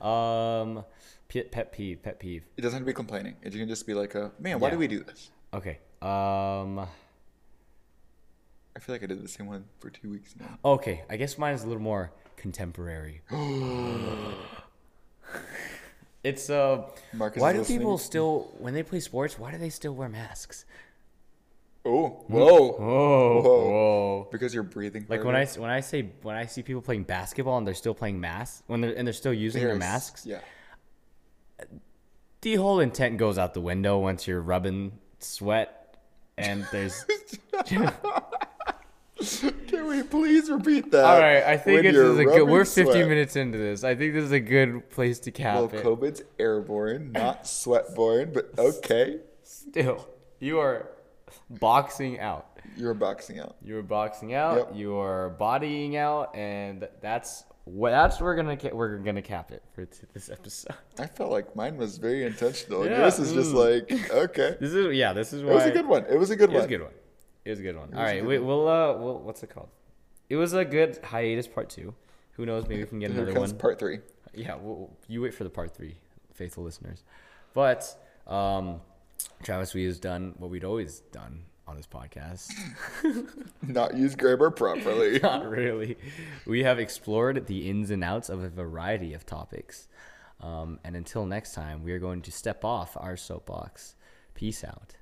Speaker 1: um, pet, pet peeve, pet peeve.
Speaker 2: It doesn't have to be complaining. It can just be like, a, "Man, why
Speaker 1: Yeah.
Speaker 2: do we do this?"
Speaker 1: Okay. Um.
Speaker 2: I feel like I did the same one for two weeks now.
Speaker 1: Okay. I guess mine is a little more contemporary. It's uh,
Speaker 2: Marcus
Speaker 1: why
Speaker 2: is
Speaker 1: do
Speaker 2: listening.
Speaker 1: people still when they play sports? Why do they still wear masks?
Speaker 2: Oh, whoa.
Speaker 1: Hmm? Whoa,
Speaker 2: Whoa.
Speaker 1: whoa!
Speaker 2: Because you're breathing.
Speaker 1: Like when I s- when I say when I see people playing basketball and they're still playing masks when they're and they're still using their masks,
Speaker 2: Yeah.
Speaker 1: the whole intent goes out the window once you're rubbing sweat and there's
Speaker 2: Can we please repeat that?
Speaker 1: all right i think
Speaker 2: When
Speaker 1: this
Speaker 2: you're
Speaker 1: is a good
Speaker 2: rubbing
Speaker 1: we're 15
Speaker 2: sweat.
Speaker 1: minutes into this i think this is a good place to cap
Speaker 2: Well,
Speaker 1: it
Speaker 2: COVID's airborne, not sweatborne, but okay.
Speaker 1: still you are boxing out
Speaker 2: You're boxing out.
Speaker 1: you are boxing out
Speaker 2: Yep.
Speaker 1: you are bodying out and that's what that's we're gonna ca- we're gonna cap it for t- this episode
Speaker 2: I felt like mine was very intentional. and
Speaker 1: Yeah,
Speaker 2: Yours is just
Speaker 1: ooh.
Speaker 2: like, okay.
Speaker 1: this is yeah this is why
Speaker 2: It was a good one. It was a good
Speaker 1: It was a
Speaker 2: one.
Speaker 1: good one. It was a good one. All
Speaker 2: was a
Speaker 1: right,
Speaker 2: good
Speaker 1: we, we'll uh, we'll, what's it called? It was a good hiatus part two. Who knows? Maybe we can get
Speaker 2: Here
Speaker 1: another
Speaker 2: comes
Speaker 1: one.
Speaker 2: part three.
Speaker 1: yeah, we'll, you wait for the part three, faithful listeners. But um, Travis, we has done what we'd always done on this podcast.
Speaker 2: Not use grammar properly.
Speaker 1: Not really. We have explored the ins and outs of a variety of topics. Um, and until next time, we are going to step off our soapbox. Peace out.